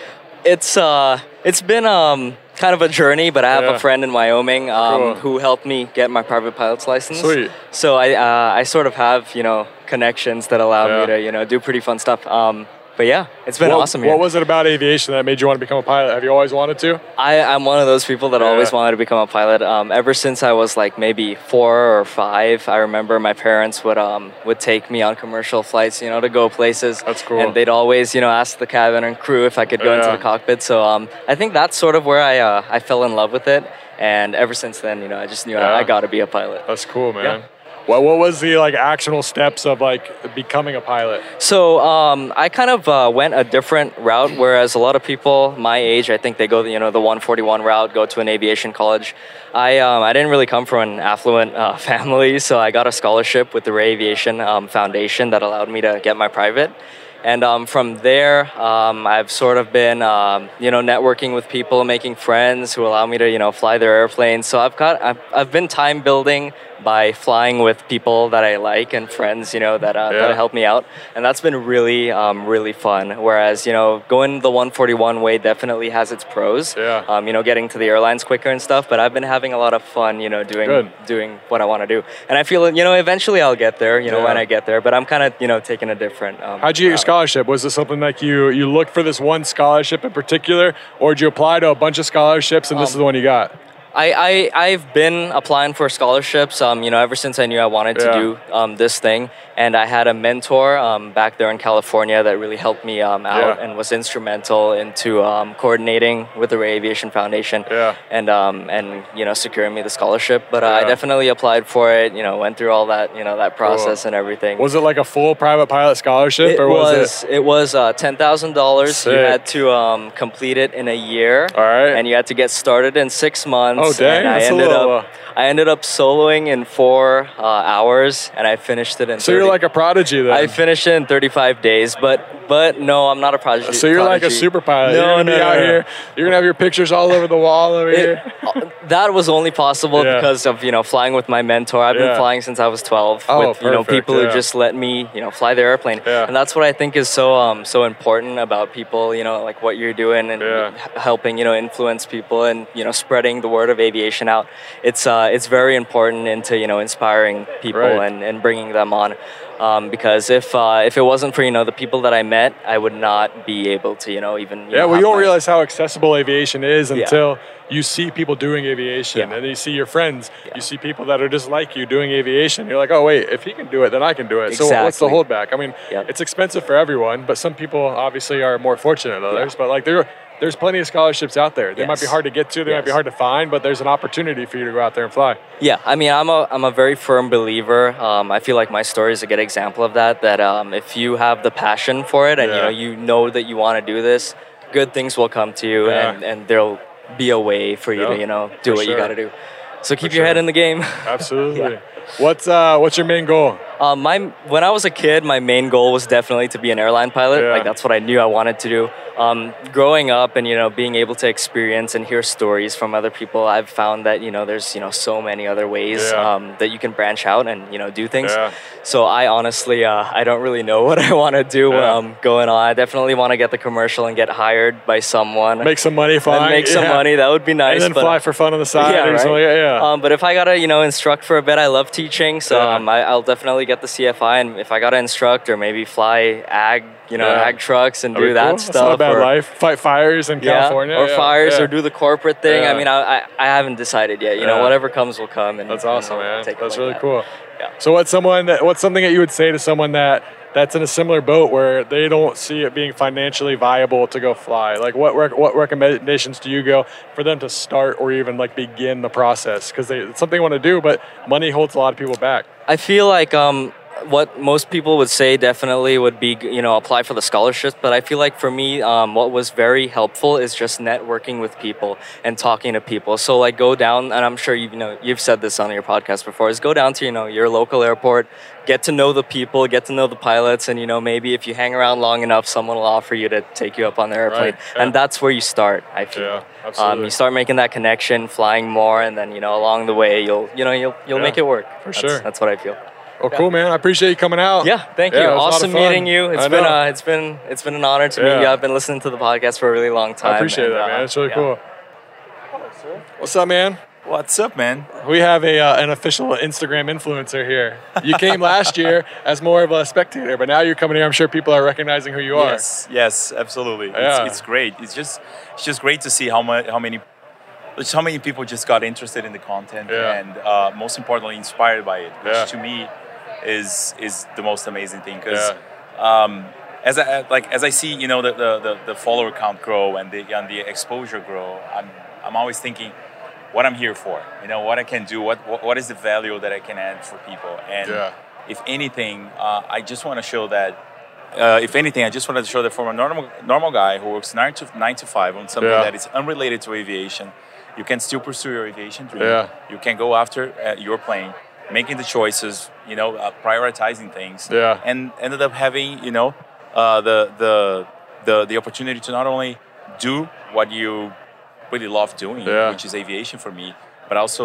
S7: It's uh, it's been um, kind of a journey, but I have
S3: Yeah.
S7: a friend in Wyoming um,
S3: Cool.
S7: who helped me get my private pilot's license.
S3: Sweet.
S7: So I uh, I sort of have you know connections that allow
S3: Yeah.
S7: me to you know do pretty fun stuff. Um, but yeah, it's been
S3: what,
S7: awesome.
S3: What
S7: here.
S3: was it about aviation that made you want to become a pilot? Have you always wanted to?
S7: I, I'm one of those people that always
S3: Yeah.
S7: wanted to become a pilot. Um, ever since I was like maybe four or five, I remember my parents would um, would take me on commercial flights, you know, to go places.
S3: That's cool.
S7: And they'd always, you know, ask the cabin and crew if I could go into
S3: Yeah.
S7: the cockpit. So um, I think that's sort of where I uh, I fell in love with it. And ever since then, you know, I just knew
S3: Yeah.
S7: I, I got to be a pilot.
S3: That's cool, man. What, what was the like actual steps of like becoming a pilot?
S7: So um, I kind of uh, went a different route, whereas a lot of people my age, I think they go the you know the 141 route, go to an aviation college. I um, I didn't really come from an affluent uh, [laughs] family, so I got a scholarship with the Ray Aviation um, Foundation that allowed me to get my private. And um, from there, um, I've sort of been, um, you know, networking with people, making friends who allow me to, you know, fly their airplanes. So I've got, I've, I've been time building by flying with people that I like and friends, you know, that uh,
S3: Yeah.
S7: that help me out, and that's been really, um, really fun. Whereas, you know, going the 141 way definitely has its pros.
S3: Yeah.
S7: Um, you know, getting to the airlines quicker and stuff. But I've been having a lot of fun, you know, doing
S3: Good.
S7: doing what I want to do, and I feel, you know, eventually I'll get there. You know, when
S3: Yeah.
S7: I get there, but I'm kind of, you know, taking a different. Um,
S3: How'd you get your
S7: route.
S3: scholarship? Was this something like you you looked for this one scholarship in particular, or did you apply to a bunch of scholarships and this
S5: Um,
S3: is the one you got?
S7: I, I I've been applying for scholarships. Um, you know, ever since I knew I wanted
S3: Yeah.
S7: to do um, this thing, and I had a mentor um, back there in California that really helped me um, out
S3: Yeah.
S7: and was instrumental into um, coordinating with the Ray Aviation Foundation.
S3: Yeah.
S7: And um and you know securing me the scholarship, but uh, I
S3: Yeah.
S7: definitely applied for it. You know, went through all that you know that process and everything.
S3: Was it like a full private pilot scholarship,
S7: It
S3: or was,
S7: was, it? was uh, ten thousand dollars. You
S3: Sick.
S7: had to um, complete it in a year.
S3: All right.
S7: And you had to get started in six months.
S3: Oh, dang,
S7: And I
S3: that's a
S7: ended
S3: little, uh,
S7: up I ended up soloing in four uh, hours, and I finished it in.
S3: So you're
S7: 30
S3: like a prodigy then.
S7: I finished it in thirty-five days, but but no, I'm not a prodigy.
S3: so you're like a
S7: prodigy.
S3: super
S7: No,
S3: pilot. you're gonna
S7: no,
S3: be
S7: no,
S3: out
S7: no.
S3: here. You're gonna have your pictures all over the wall over
S7: It- uh,
S3: here.
S7: that was only possible
S3: Yeah.
S7: because of you know flying with my mentor. I've been
S3: Yeah.
S7: flying since I was 12
S3: Oh,
S7: with you know
S3: perfect,
S7: people
S3: yeah.
S7: who just let me you know fly their airplane,
S3: Yeah.
S7: and that's what I think is so um so important about people. You know, like what you're doing and
S3: Yeah.
S7: h- helping you know influence people and you know spreading the word of aviation out. It's uh it's very important into you know inspiring people
S3: Right.
S7: and and bringing them on. Um, because if uh, if it wasn't for you know the people that I met, I would not be able to you know even you
S3: Yeah,
S7: know,
S3: well,
S7: have
S3: you don't
S7: my-
S3: realize how accessible aviation is
S7: Yeah.
S3: until you see people doing aviation,
S7: Yeah.
S3: and then you see your friends,
S7: Yeah.
S3: you see people that are just like you doing aviation. You're like, oh wait, if he can do it, then I can do it. So what's the
S7: Exactly.
S3: holdback? I mean,
S7: Yep.
S3: it's expensive for everyone, but some people obviously are more fortunate than others. But like there, there's plenty of scholarships out there. They might be
S7: Yes.
S3: hard to get to, they might be
S7: Yes.
S3: hard to find, but there's an opportunity for you to go out there and fly.
S7: Yeah, I mean, I'm a, I'm a very firm believer. Um, I feel like my story is a good example of that. That um, if you have the passion for it and
S3: Yeah.
S7: you know you know that you want to do this, good things will come to you,
S3: Yeah.
S7: and, and there'll be a way for you
S3: Yeah,
S7: to you know do
S3: for
S7: what
S3: sure.
S7: you got to do. So keep
S3: For
S7: your head
S3: sure.
S7: in the game. [laughs]
S3: Absolutely. What's uh, what's your main goal?
S7: Um, my when I was a kid, my main goal was definitely to be an airline pilot.
S3: Yeah.
S7: Like that's what I knew I wanted to do. Um, growing up and you know being able to experience and hear stories from other people, I've found that you know there's you know so many other ways
S3: Yeah.
S7: um, that you can branch out and you know do things.
S3: Yeah.
S7: So I honestly uh, I don't really know [laughs] what I want to do when
S3: Yeah.
S7: I'm going on. I definitely want to get the commercial and get hired by someone.
S3: Make some money
S7: and
S3: flying.
S7: make some
S3: yeah.
S7: money. That would be nice.
S3: and then
S7: but-
S3: fly for fun on the side.
S7: yeah,
S3: or something
S7: right?
S3: like that, yeah.
S7: Um, but if I gotta, you know, instruct for a bit, I love teaching, so
S3: Yeah.
S7: um, I, I'll definitely get the CFI. And if I gotta instruct or maybe fly ag, you know,
S3: Yeah.
S7: ag trucks and
S3: That'd
S7: do
S3: be
S7: that
S3: cool.
S7: stuff,
S3: That's not a bad
S7: or,
S3: life. Fight fires in
S7: yeah,
S3: California.
S7: or
S3: yeah,
S7: fires,
S3: yeah.
S7: or do the corporate thing.
S3: Yeah.
S7: I mean, I, I, I haven't decided yet. You know,
S3: Yeah.
S7: whatever comes will come. And
S3: That's
S7: and
S3: awesome,
S7: I'll
S3: man.
S7: take it
S3: That's
S7: like
S3: really
S7: that.
S3: cool.
S7: Yeah.
S3: So what's someone that what's something that you would say to someone that that's in a similar boat where they don't see it being financially viable to go fly? Like what rec- what recommendations do you go for them to start or even like begin the process because they it's something they want to do but money holds a lot of people back.
S7: I feel like um, what most people would say definitely would be you know apply for the scholarships, but I feel like for me, um, what was very helpful is just networking with people and talking to people. So like go down, and I'm sure you know you've said this on your podcast before. Is go down to you know your local airport, get to know the people, get to know the pilots, and you know maybe if you hang around long enough, someone will offer you to take you up on their airplane,
S3: Right, yeah.
S7: and that's where you start. I feel.
S3: Yeah,
S7: Um,
S3: absolutely.
S7: you start making that connection, flying more, and then you know along the way you'll you know you'll you'll
S3: Yeah,
S7: make it work.
S3: for
S7: That's-
S3: sure.
S7: That's what I feel.
S3: Oh, cool, man! I appreciate you coming out.
S7: Yeah, thank you.
S3: it was a lot of
S7: awesome
S3: fun.
S7: meeting you. It's
S3: I
S7: been
S3: know.
S7: uh, it's been it's been an honor to meet you.
S3: Yeah.
S7: I've been listening to the podcast for a really long time.
S3: I appreciate
S7: and,
S3: that,
S7: uh,
S3: man. It's really
S7: yeah.
S3: cool. What's up, man?
S8: What's up, man?
S3: We have a uh, an official Instagram influencer here. You came
S7: [laughs]
S3: last year as more of a spectator, but now you're coming here. I'm sure people are recognizing who you are.
S8: Yes, yes, absolutely.
S3: Yeah.
S8: It's, it's great. It's just it's just great to see how much how many just how many people just got interested in the content
S3: Yeah.
S8: and uh, most importantly inspired by it, which
S3: Yeah.
S8: to me is is the most amazing thing because.
S3: Yeah.
S8: Um, as I like, as I see, you know, the, the, the, the follower count grow and the and the exposure grow, I'm I'm always thinking, what I'm here for, you know, what I can do, what what, what is the value that I can add for people, and
S3: Yeah.
S8: if anything, uh, I just want to show that. Uh, if anything, I just wanted to show that from a normal normal guy who works nine to nine to five on something
S3: Yeah.
S8: that is unrelated to aviation, you can still pursue your aviation dream.
S3: Yeah.
S8: You can go after uh, your plane, making the choices, you know, uh, prioritizing things
S3: Yeah.
S8: and ended up having you know uh, the, the the the opportunity to not only do what you really love doing,
S3: Yeah.
S8: which is aviation for me, but also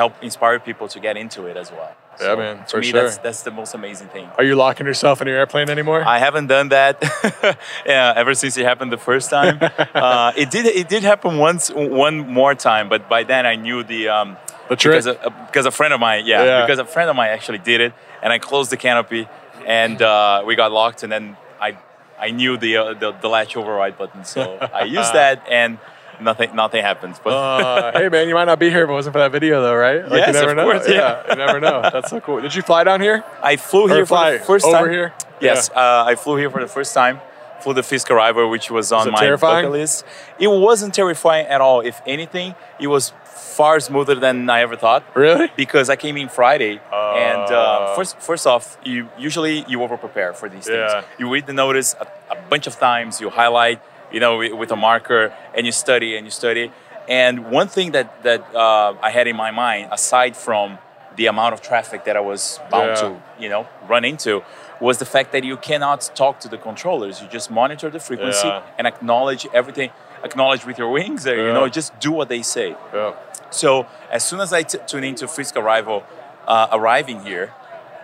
S8: help inspire people to get into it as well.
S3: Yeah, man,
S8: To
S3: for
S8: me,
S3: sure.
S8: that's that's the most amazing thing.
S3: Are you locking yourself in your airplane anymore?
S8: I haven't done that [laughs] yeah, ever since it happened the first time. uh, it did it did happen once one more time, but by then I knew the um,
S3: The trick.
S8: because a, because a friend of mine yeah,
S3: Yeah.
S8: because a friend of mine actually did it, and I closed the canopy, and uh, we got locked, and then I I knew the uh, the, the latch override button, so I used that, and nothing nothing happens. But
S3: uh, hey, man, you might not be here if it wasn't for that video, though, right? Like, you
S8: Yes,
S3: never
S8: of
S3: know.
S8: course, yeah.
S3: you never know. That's so cool. Did you fly down
S7: [laughs]
S3: here?
S8: I flew here
S3: or fly
S8: for the first
S3: over
S8: time.
S3: here?
S8: Yes, uh, I flew here for the first time. Flew the Fisker River, which was on
S3: it
S8: my
S3: terrifying?
S8: bucket list. It wasn't terrifying at all. If anything, it was far smoother than I ever thought.
S3: Really?
S8: Because I came in Friday, and
S3: Uh.
S8: uh, first, first off, you usually you over prepare for these
S3: Yeah.
S8: things. You read the notice a, a bunch of times. You highlight, you know, wi- with a marker, and you study and you study. And one thing that that uh, I had in my mind, aside from the amount of traffic that I was bound
S3: Yeah.
S8: to you know run into was the fact that you cannot talk to the controllers you just monitor the frequency
S3: Yeah.
S8: and acknowledge everything acknowledge with your wings uh, you know
S3: Yeah.
S8: just do what they say
S3: Yeah.
S8: so as soon as I t- tune into Frisk arrival, uh, arriving here,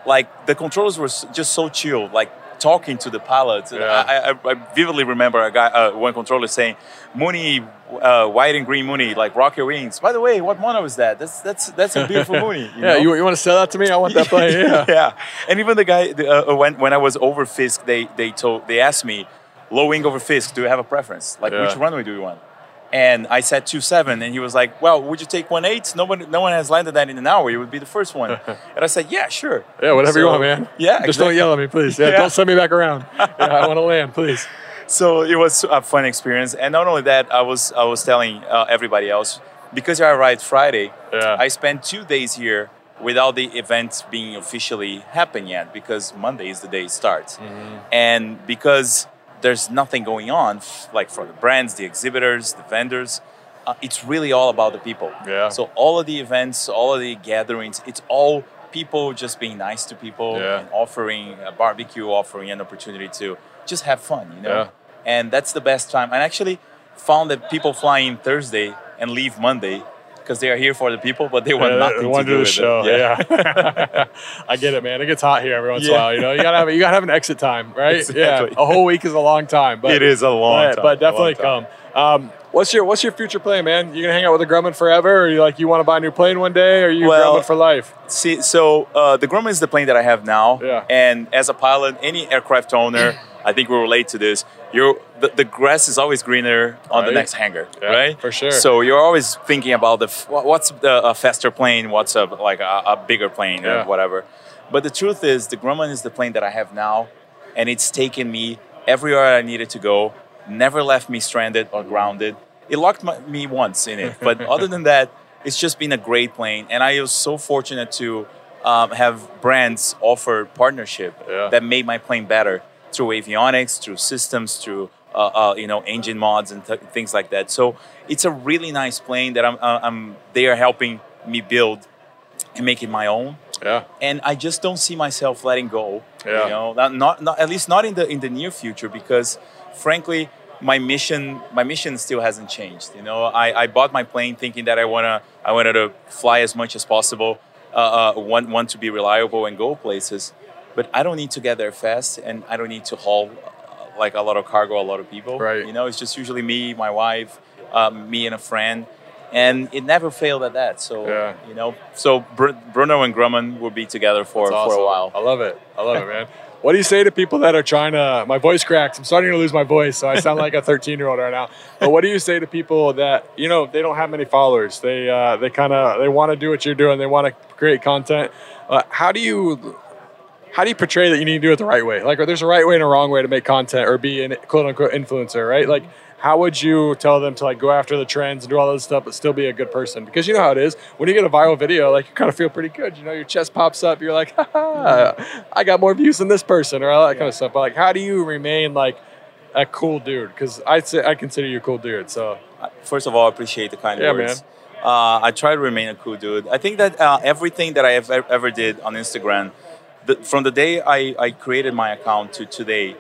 S8: like the controllers were s- just so chill, like talking to the pilots. And
S3: Yeah.
S8: I, I, I vividly remember a guy, uh, one controller saying, "Mooney, uh, white and green Mooney, like rock your wings." By the way, what mono is that? That's that's that's a beautiful Mooney. you
S3: [laughs] yeah.
S8: know? [laughs]
S3: You, you want to sell that to me? I want that
S7: [laughs]
S3: plane. Yeah.
S8: yeah. And even the guy the, uh, when when I was over Fisk, they they told they asked me, low wing over Fisk. Do you have a preference? Like
S3: Yeah.
S8: which runway do you want? And I said two seven, and he was like, "Well, would you take one eight? No one, no one has landed that in an hour. You would be the first
S3: [laughs]
S8: one." and I said, "Yeah, sure.
S3: Yeah. Whatever you
S8: So-
S3: want, man.
S8: Yeah,
S3: Just don't
S8: exactly.
S3: yell at me, please. Yeah,
S8: Yeah.
S3: Don't send me back
S8: [laughs]
S3: around. Yeah, I want to land, please.
S8: so it was a fun experience and not only that i was i was telling uh, everybody else because i arrived friday
S3: Yeah.
S8: i spent two days here without the event being officially happened yet because monday is the day it starts
S3: Mm-hmm.
S8: and because there's nothing going on f- like for the brands the exhibitors the vendors uh, it's really all about the people
S3: Yeah.
S8: so all of the events all of the gatherings it's all people, just being nice to people,
S3: Yeah.
S8: and offering a barbecue, offering an opportunity to just have fun, you know.
S3: Yeah.
S8: And that's the best time. And actually, found that people fly in Thursday and leave Monday because they are here for the people, but they want
S3: Yeah,
S8: nothing
S3: they wanna
S8: to
S3: do
S8: do
S3: the
S8: with
S3: show.
S8: it. [laughs]
S3: Yeah, [laughs] I get it, man. It gets hot here every once in a
S8: Yeah.
S3: while. You know, you gotta have you gotta have an exit time, right?
S8: Exactly.
S3: Yeah, a whole week is a long time, but
S8: It is a long
S3: but,
S8: time,
S3: But
S8: a long
S3: definitely
S8: time.
S3: come. Um, what's your what's your future plan, man? You gonna hang out with a Grumman forever, or you like you want to buy a new plane one day, or you
S8: Well-
S3: Grumman for life?
S8: See, so uh, the Grumman is the plane that I have now,
S3: Yeah.
S8: and as a pilot, any aircraft owner, I think will relate to this. You're the, the grass is always greener on the
S3: Right.
S8: next hangar,
S3: Yeah,
S8: right?
S3: for sure.
S8: So you're always thinking about the f- what- what's the, a faster plane, what's a like a, a bigger plane
S3: Yeah.
S8: or whatever. But the truth is, the Grumman is the plane that I have now, and it's taken me everywhere I needed to go. Never left me stranded or grounded. It locked my, me once in it, but other than that, it's just been a great plane. And I was so fortunate to um, have brands offer partnership
S3: Yeah.
S8: that made my plane better through avionics, through systems, through uh, uh, you know engine mods and th- things like that. So it's a really nice plane that I'm, uh, I'm they are helping me build and make it my own.
S3: Yeah,
S8: And I just don't see myself letting go.
S3: Yeah.
S8: You know, not, not, not at least not in the in the near future because frankly my mission my mission still hasn't changed. You know, I, I bought my plane thinking that I wanna I wanted to fly as much as possible, uh, uh, want want to be reliable and go places. But I don't need to get there fast, and I don't need to haul uh, like a lot of cargo, a lot of people.
S3: Right.
S8: You know, it's just usually me, my wife, um, me and a friend, and it never failed at that. So
S3: Yeah.
S8: you know, so Br- Bruno and Grumman will be together for
S3: That's
S8: for a
S3: awesome.
S8: while.
S3: I love it. I love
S8: [laughs]
S3: it, man. What do you say to people that are trying to? My voice cracks. I'm starting to lose my voice, so I sound
S8: [laughs]
S3: like a 13 year old right now. But what do you say to people that you know they don't have many followers? They uh, they kind of they want to do what you're doing. They want to create content. Uh, how do you how do you portray that you need to do it the right way? Like, there's a right way and a wrong way to make content or be an quote unquote influencer, right? Like, how would you tell them to like go after the trends and do all that stuff, but still be a good person? Because you know how it is. When you get a viral video, like you kind of feel pretty good. You know, your chest pops up. You're like, [laughs] ha ha, I got more views than this person or all that kind of stuff. But like, how do you remain like a cool dude? Because I say I consider you a cool dude. So
S8: Uh, First of all, I appreciate the kind
S3: Yeah,
S8: words. Uh, I try to remain a cool dude. I think that uh, everything that I have ev- ever did on Instagram, the, from the day I, I created my account to today,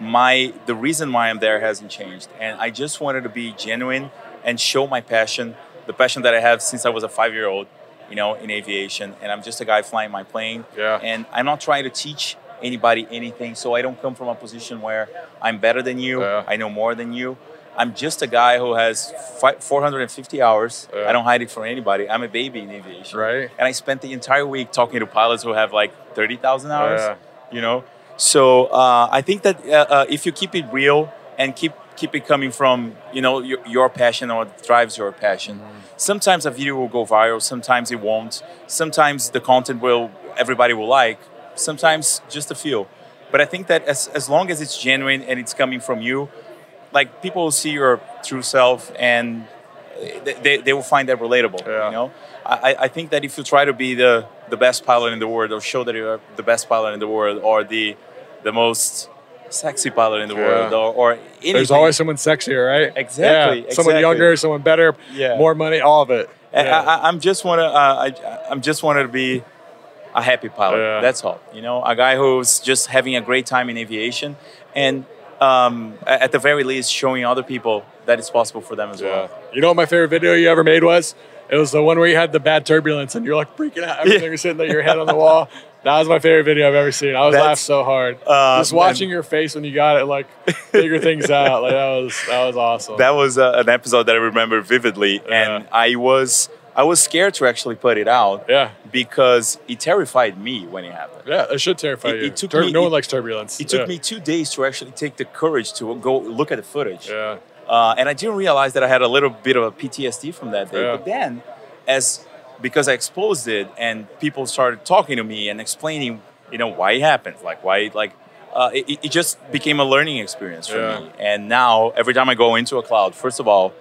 S8: my the reason why I'm there hasn't changed, and I just wanted to be genuine and show my passion, the passion that I have since I was a five year old, you know, in aviation, and I'm just a guy flying my plane.
S3: Yeah.
S8: And I'm not trying to teach anybody anything, so I don't come from a position where I'm better than you,
S3: Yeah.
S8: I know more than you. I'm just a guy who has fi- 450 hours.
S3: Yeah.
S8: I don't hide it from anybody. I'm a baby in aviation.
S3: Right.
S8: And I spent the entire week talking to pilots who have like 30,000 hours,
S3: Yeah.
S8: you know? So uh, I think that uh, uh, if you keep it real and keep keep it coming from, you know, your, your passion or what drives your passion, sometimes a video will go viral, sometimes it won't. Sometimes the content will, everybody will like, sometimes just a few. But I think that as, as long as it's genuine and it's coming from you, like people will see your true self and they- they, they will find that relatable
S3: Yeah.
S8: you know I, I- I think that if you try to be the, the best pilot in the world or show that you're the best pilot in the world or the the most sexy pilot in the
S3: Yeah.
S8: world or, or anything,
S3: there's always someone sexier, right?
S8: Exactly,
S3: Yeah. Someone
S8: exactly.
S3: younger, someone better,
S8: Yeah.
S3: more money, all of it.
S8: I,
S3: Yeah.
S8: I, I'm just wanna uh, I, I'm just wanna be a happy pilot.
S3: Yeah.
S8: That's all. You know, a guy who's just having a great time in aviation and um, a- at the very least showing other people that it's possible for them as
S3: Yeah.
S8: well.
S3: uh, You know what my favorite video you ever made was? It was the one where you had the bad turbulence and you're like freaking out. Everything was sitting there, your head on the
S8: [laughs]
S3: wall. That was my favorite video I've ever seen. I was
S8: That's-
S3: laughed so hard.
S8: Uh,
S3: Just watching your face when you got it, like figure things out. Like that was that was awesome.
S8: that was uh, an episode that I remember vividly, and I was I was scared to actually put it out
S3: yeah,
S8: because it terrified me when it happened.
S3: yeah, it should terrify
S8: It-
S3: you.
S8: it took
S3: Tur-
S8: me-
S3: no one
S8: it-
S3: likes turbulence.
S8: It took
S3: Yeah.
S8: me two days to actually take the courage to go look at the footage,
S3: Yeah,
S8: uh, and I didn't realize that I had a little bit of a PTSD from that day.
S3: Yeah.
S8: But then, as because I exposed it and people started talking to me and explaining, you know, why it happened, like why, like uh, it, it- it just became a learning experience for
S3: Yeah.
S8: me. And now, every time I go into a cloud, first of all,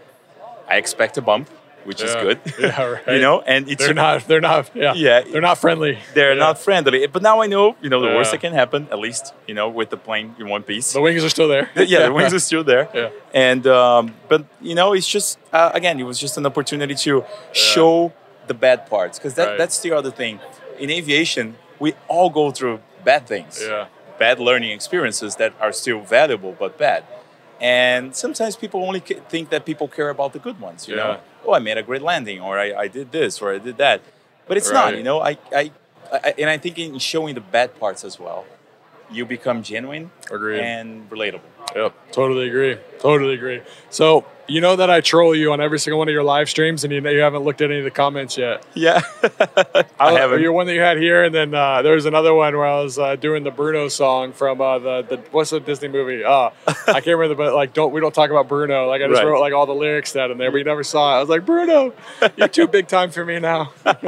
S8: I expect a bump, which is
S3: yeah.
S8: good.
S3: [laughs] Yeah,
S8: [laughs]
S3: right.
S8: you know, and it's
S3: they're not. They're not. Yeah,
S8: Yeah.
S3: They're not friendly.
S8: they're
S3: Yeah.
S8: not friendly. But now I know, you know, the worst
S3: Yeah.
S8: that can happen. At least you know, with the plane in one piece.
S3: The wings are still there.
S8: [laughs] yeah,
S3: [laughs]
S8: the wings are still there.
S3: Yeah.
S8: And um, but you know, it's just uh, again, it was just an opportunity to show the bad parts because that,
S3: Right.
S8: that's the other thing. in aviation, we all go through bad things,
S3: Yeah.
S8: bad learning experiences that are still valuable but bad. And sometimes people only ca- think that people care about the good ones. You
S3: Yeah.
S8: know, oh, I made a great landing, or I, I did this, or I did that. But it's
S3: Right.
S8: not. You know, I, I, I, and I think in showing the bad parts as well, you become genuine
S3: Agreed.
S8: and relatable.
S3: Yep, totally agree. Totally agree. So you know that I troll you on every single one of your live streams, and you know you haven't looked at any of the comments yet.
S8: [laughs]
S3: Uh,
S8: Yeah, I haven't.
S3: [laughs] Your one that you had here, and then uh, there was another one where I was uh, doing the Bruno song from uh, the the what's the Disney movie? Uh, I can't remember, but like don't we don't talk about Bruno. Like I just
S8: Right.
S3: wrote like all the lyrics down in there, but you never saw it. I was like Bruno, you're too big time for me now. [laughs]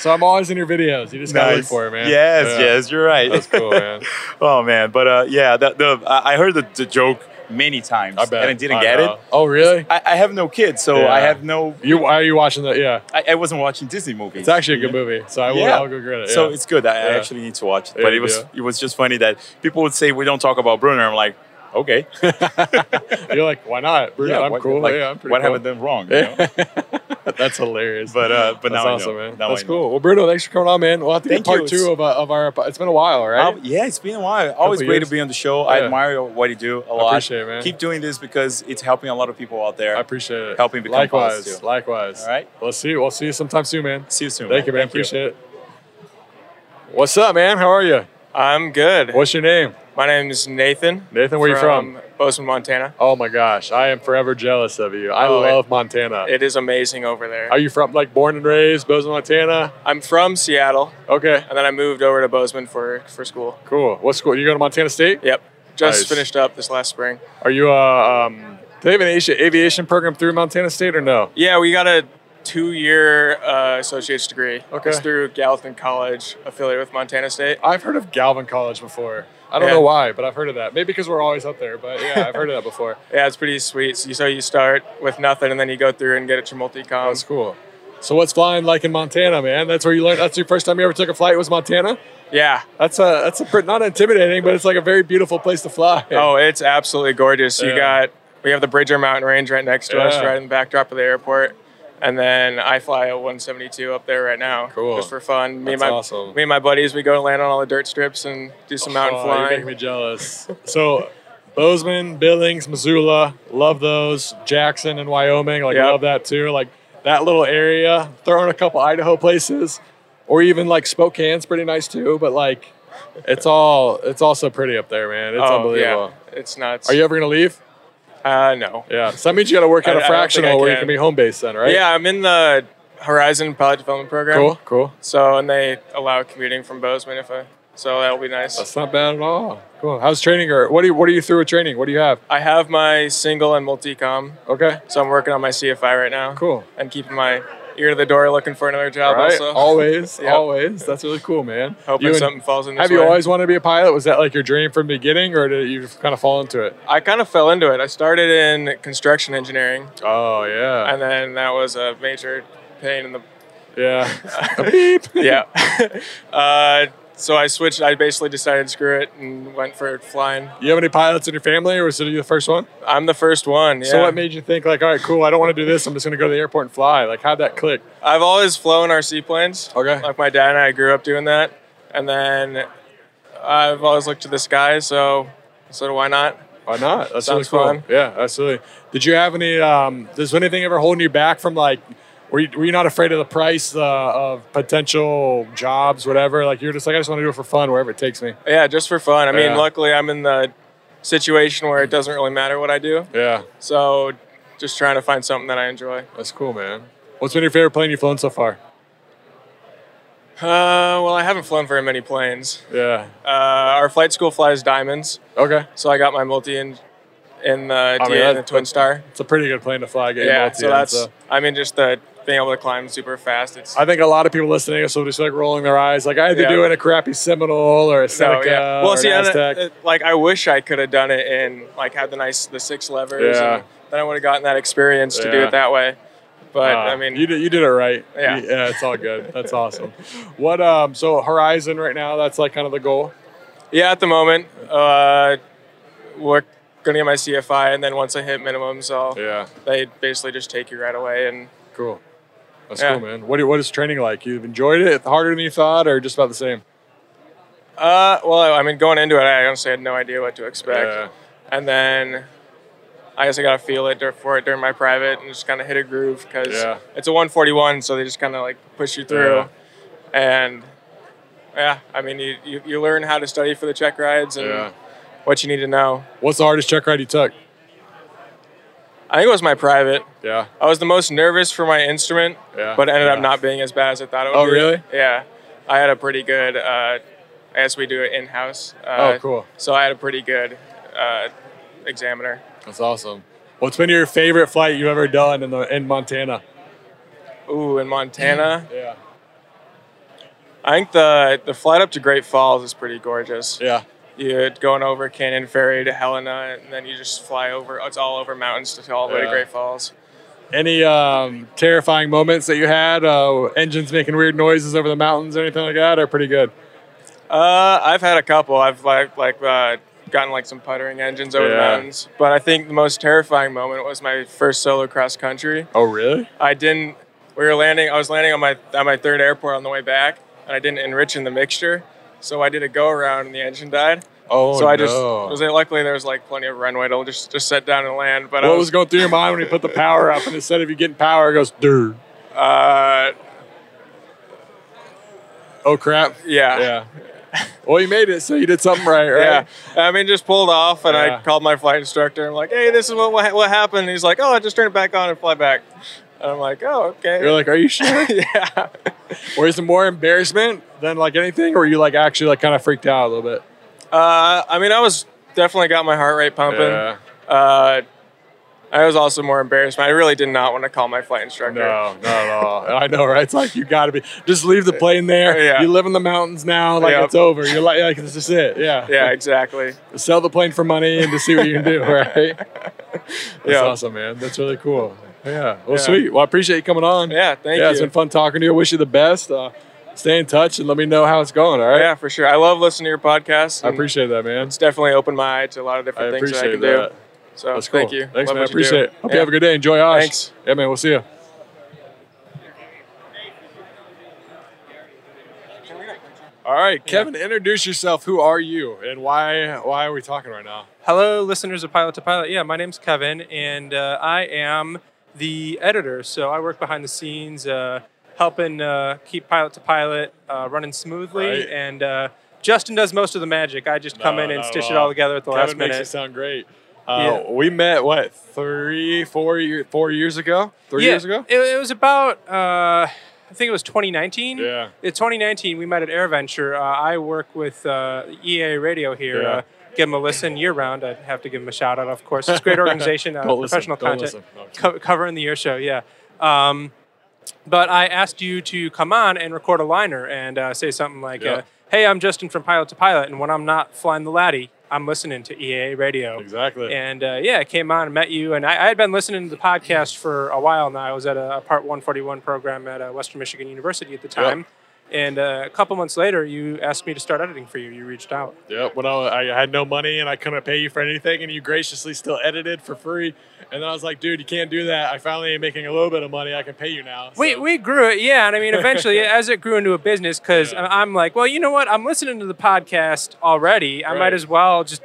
S3: so I'm always in your videos. You just gotta look
S8: Nice.
S3: for it, man.
S8: Yes,
S3: Yeah.
S8: yes, you're right.
S3: That's cool, man.
S8: [laughs] oh man, but uh, yeah, the, the I I heard the, the joke many times,
S3: I
S8: [laughs]
S3: bet.
S8: and I didn't get
S3: know. Oh, really?
S8: it. I, I have no kids, so
S3: Yeah.
S8: I have no.
S3: You are you watching that? Yeah.
S8: I, I wasn't watching Disney movies.
S3: It's actually a good movie, so I will, I'll go credit.
S8: So
S3: yeah.
S8: it's good. I, I
S3: Yeah.
S8: actually need to watch it.
S3: Yeah,
S8: But
S3: you
S8: it was
S3: do.
S8: it was just funny that people would say we don't talk about Bruno. I'm like, okay,
S3: you're like, why not? Bruno, I'm
S8: [laughs] what-
S3: cool.
S8: Like,
S3: [laughs] yeah, I'm pretty
S8: what
S3: cool.
S8: have I done wrong?
S3: [laughs]
S8: You know?
S3: That's hilarious.
S8: But uh, but
S3: That's
S8: now
S3: awesome,
S8: I know.
S3: man.
S8: Now
S3: That's
S8: I know.
S3: cool. Well, Bruno, thanks for coming on, man. We'll have to
S8: Thank
S3: get part
S8: you.
S3: two of, uh, of our. It's been a while, right?
S8: Um, yeah, it's been a while. Always
S3: Couple
S8: great
S3: years.
S8: to be on the show. I
S3: Yeah.
S8: admire what you do a lot.
S3: appreciate it, man.
S8: Keep doing this because it's helping a lot of people out there.
S3: I appreciate it.
S8: Helping become
S3: likewise,
S8: positive.
S3: likewise.
S8: All right.
S3: Let's see. We'll see you sometime soon, man.
S8: See you soon.
S3: Thank you, man. Appreciate it. What's up, man? How are you?
S9: I'm good.
S3: What's your name?
S9: My name is Nathan.
S3: Nathan, where you from?
S9: Bozeman, Montana.
S3: Oh my gosh, I am forever jealous of you. I
S9: Oh, it-
S3: love Montana.
S9: It is amazing over there.
S3: are you from like born and raised Bozeman, Montana?
S9: I'm from Seattle,
S3: Okay,
S9: and then I moved over to Bozeman for for school.
S3: cool. What school? You go to Montana State?
S9: Yep, just
S3: Nice.
S9: finished up this last spring.
S3: Are you uh, um, do they have an aviation, aviation program through Montana State or no?
S9: Yeah, we got a two-year uh, associate's degree.
S3: Okay.
S9: It's through Gallatin College, affiliated with Montana State.
S3: I've heard of Galvin College before. I don't
S9: Yeah.
S3: know why, but I've heard of that. Maybe because we're always up there, but yeah, I've heard of that before.
S9: Yeah, it's pretty sweet. So you, so you start with nothing, and then you go through and get it to multi-com.
S3: Oh, That's cool. So what's flying like in Montana, man? That's where you learned. That's your first time you ever took a flight was Montana.
S9: Yeah.
S3: That's a that's a pretty, not intimidating, but it's like a very beautiful place to fly.
S9: Oh, it's absolutely gorgeous. You
S3: Yeah.
S9: got we have the Bridger Mountain Range right next to us,
S3: Yeah.
S9: right in the backdrop of the airport. And then I fly a 172 up there right now,
S3: Cool.
S9: just for fun. Me
S3: That's
S9: and my
S3: awesome.
S9: me and my buddies, we go and land on all the dirt strips and do some mountain
S3: Oh, You're
S9: flying.
S3: making me jealous. so, Bozeman, Billings, Missoula, love those. Jackson and Wyoming, like
S9: Yep.
S3: love that too. Like that little area. Throw in a couple Idaho places, or even like Spokane's pretty nice too. But like, it's all it's also pretty up there, man. It's
S9: oh
S3: unbelievable.
S9: yeah, it's nuts.
S3: Are you ever gonna leave?
S9: Uh, no.
S3: Yeah. So that means you got to work
S9: I-
S3: out
S9: I
S3: a
S9: don't think I
S3: fractional where you
S9: can.
S3: can be home based then, right?
S9: Yeah, I'm in the Horizon Pilot Development Program.
S3: Cool. Cool.
S9: So and they allow commuting from Bozeman if I. So that'll be nice.
S3: That's not bad at all. Cool. How's training? Or what do you what are you through with training? What do you have?
S9: I have my single and multi-com,
S3: Okay.
S9: so I'm working on my CFI right now.
S3: Cool.
S9: And keeping my ear to the door, looking for another job.
S3: Right?
S9: Also,
S3: Always,
S9: Yep.
S3: always. That's really cool, man.
S9: [laughs] hoping
S3: You and-
S9: something falls in. This
S3: Have you
S9: way.
S3: always wanted to be a pilot? Was that like your dream from the beginning, or did you kind of fall into it?
S9: I kind of fell into it. I started in construction engineering,
S3: Oh yeah,
S9: and then that was a major pain
S3: [laughs]
S9: in the. [laughs]
S3: yeah. Beep.
S9: Yeah. [laughs] uh, so I switched. I basically decided screw it and went for flying.
S3: You have any pilots in your family, or was it you the first one?
S9: I'm the first one.
S3: So
S9: yeah.
S3: what made you think like, all right, cool, I don't want to do this. I'm just going to go to the airport and fly. Like, how'd that click?
S9: I've always flown our seaplanes.
S3: Okay.
S9: Like my dad and I grew up doing that. And then I've always looked to the sky, so so why not?
S3: Why not? That's
S9: Sounds
S3: really cool.
S9: fun.
S3: Yeah, absolutely. Did you have any? Um, does anything ever holding you back from like? Were you, were you not afraid of the price uh, of potential jobs, whatever? Like you're just like I just want to do it for fun, wherever it takes me.
S9: Yeah, just for fun. I mean,
S3: Yeah.
S9: luckily I'm in the situation where it doesn't really matter what I do.
S3: Yeah,
S9: So just trying to find something that I enjoy.
S3: that's cool, man. What's been your favorite plane you've flown so far?
S9: Uh, well, I haven't flown very many planes.
S3: Yeah.
S9: Uh, our flight school flies diamonds,
S3: Okay.
S9: so I got my multi in in the,
S3: I
S9: D-
S3: mean, that-
S9: in the Twin Star.
S3: It's a pretty good plane to fly. Get Oh, your
S9: Yeah,
S3: multi
S9: so
S3: in,
S9: that's
S3: so.
S9: I mean, just the being able to climb super fast. It's
S3: I think a lot of people listening are just like rolling their eyes, like I had to
S9: Yeah.
S3: do it in a crappy Seminole or a
S9: So
S3: Seneca
S9: yeah.
S3: or
S9: Well, see,
S3: an
S9: and,
S3: Aztec.
S9: uh, like I wish I could have done it in like had the nice the six levers.
S3: Yeah.
S9: And then I would have gotten that experience to do
S3: Yeah.
S9: it that way. But
S3: Uh,
S9: I mean,
S3: you did you did it right.
S9: Yeah.
S3: You- yeah, it's all good. That's awesome. What um? So Horizon right now, that's like kind of the goal.
S9: yeah, at the moment, uh, we're gonna get my CFI, and then once I hit minimums, I'll
S3: Yeah,
S9: they basically just take you right away and
S3: cool. That's
S9: Yeah.
S3: cool, man. What, what is training like? You've enjoyed it? Harder than you thought, or just about the same?
S9: Uh, well, I mean, going into it, I honestly had no idea what to expect,
S3: Yeah.
S9: and then I guess I got to feel it dur- for it during my private and just kind of hit a groove because
S3: Yeah.
S9: it's a 141, so they just kind of like push you through,
S3: Yeah.
S9: and yeah, I mean, you, you you learn how to study for the check rides and
S3: Yeah.
S9: what you need to know.
S3: What's the hardest check ride you took?
S9: I think it was my private.
S3: Yeah.
S9: I was the most nervous for my instrument,
S3: Yeah.
S9: but ended up
S3: Yeah.
S9: not being as bad as I thought it would
S3: Oh,
S9: be.
S3: really?
S9: Yeah. I had a pretty good, uh, I guess we do it in house. Uh,
S3: Oh, cool.
S9: So I had a pretty good uh, examiner.
S3: That's awesome. What's been your favorite flight you've ever done in the in Montana?
S9: Ooh, in Montana.
S3: Yeah.
S9: I think the, the flight up to Great Falls is pretty gorgeous.
S3: Yeah.
S9: You're going over Canyon Ferry to Helena, and then you just fly over, it's all over mountains to all the way to
S3: Yeah.
S9: Great Falls.
S3: Any um, terrifying moments that you had? Uh, engines making weird noises over the mountains or anything like that are pretty good.
S9: Uh, I've had a couple. I've like like uh, gotten like some puttering engines over the
S3: Yeah.
S9: mountains, but I think the most terrifying moment was my first solo cross country.
S3: Oh, really?
S9: I didn't. We were landing. I was landing on my on my third airport on the way back, and I didn't enrich in the mixture, so I did a go around and the engine died.
S3: Oh,
S9: so I
S3: no.
S9: just was it, luckily there was like plenty of runway to just just set down and land. But I
S3: what
S9: was
S3: was going through your mind when you put the power up and instead of you getting power, it goes, dude.
S9: uh,
S3: Oh, crap.
S9: yeah.
S3: Yeah. well, you made it, so you did something right, right?
S9: Yeah, I mean, just pulled off, and
S3: Yeah.
S9: I called my flight instructor. I'm like, "Hey, this is what what, what happened." And he's like, "Oh, I just turned it back on and fly back." And I'm like, "Oh, okay."
S3: You're like, are you sure?
S9: [laughs] yeah.
S3: Where's the more embarrassment than like anything, or you like actually like kind of freaked out a little bit?
S9: Uh, I mean, I was definitely got my heart rate pumping. Uh, I was also more embarrassed. I really did not want to call my flight instructor.
S3: No, not at all. [laughs] I know, right? It's like you got to be. Just leave the plane there.
S9: Yeah.
S3: You live in the mountains now. Like
S9: Yep.
S3: it's over. You're like, like this is it. Yeah.
S9: Yeah,
S3: [laughs]
S9: exactly.
S3: Sell the plane for money and to see what you
S9: [laughs]
S3: can do. Right. That's
S9: Yeah.
S3: awesome, man. That's really cool. Yeah. Well,
S9: Yeah.
S3: sweet. Well, I appreciate you coming on.
S9: Yeah, thank
S3: yeah,
S9: you.
S3: it's been fun talking to you. I wish you the best. Uh, stay in touch and let me know how it's going. All right.
S9: Yeah, for sure. I love listening to your podcast.
S3: I
S9: and
S3: appreciate that, man.
S9: It's definitely opened my eye to a lot of
S3: I
S9: different things that I
S3: appreciate
S9: can
S3: that.
S9: do. So
S3: That's cool.
S9: thank you.
S3: Thanks,
S9: Love
S3: man.
S9: what
S3: I
S9: you do.
S3: appreciate it. Hope
S9: Yeah.
S3: you have a good day. Enjoy Osh.
S9: Thanks.
S3: Yeah, man. We'll see you. All right, Kevin, introduce yourself. Who are you, and why? Why are we talking right now?
S10: Hello, listeners of Pilot to Pilot. Yeah, my name's Kevin, and uh, I am the editor. So I work behind the scenes, uh, helping uh, keep Pilot to Pilot uh, running smoothly.
S3: Right.
S10: And uh, Justin does most of the magic. I just come
S3: No,
S10: in and
S3: not
S10: stitch
S3: at
S10: it
S3: all.
S10: all together at the
S3: Kevin
S10: last
S3: makes
S10: minute.
S3: it sound great. Uh, We met what three, four, year, four years ago? Three
S10: yeah,
S3: years ago?
S10: It, it was about, uh, I think it was 2019.
S3: Yeah.
S10: In 2019, we met at AirVenture. Uh, I work with uh, EA Radio here.
S3: Yeah.
S10: Uh, give them a listen year round. I'd have to give them a shout out, of course. It's a
S3: [laughs]
S10: great organization, uh,
S3: Don't listen,
S10: professional
S3: don't listen.
S10: content,
S3: No, I'm
S10: co- covering the air show, yeah. Um, but I asked you to come on and record a liner and uh, say something like,
S3: Yeah.
S10: uh, hey, I'm Justin from Pilot to Pilot, and when I'm not flying the laddie, I'm listening to EA Radio.
S3: Exactly.
S10: And uh, yeah, I came on and met you. And I, I had been listening to the podcast for a while now. I was at a, a Part 141 program at uh, Western Michigan University at the time. And uh, a couple months later, you asked me to start editing for you. You reached out.
S3: Yep. When I, I had no money and I couldn't pay you for anything, and you graciously still edited for free, and then I was like, dude, you can't do that. I finally am making a little bit of money. I can pay you now.
S10: We,
S3: So-
S10: we grew it, yeah. And I mean,
S3: [laughs]
S10: eventually, as it grew into a business, because
S3: Yeah.
S10: I'm like, well, you know what? I'm listening to the podcast already. I
S3: Right.
S10: might as well just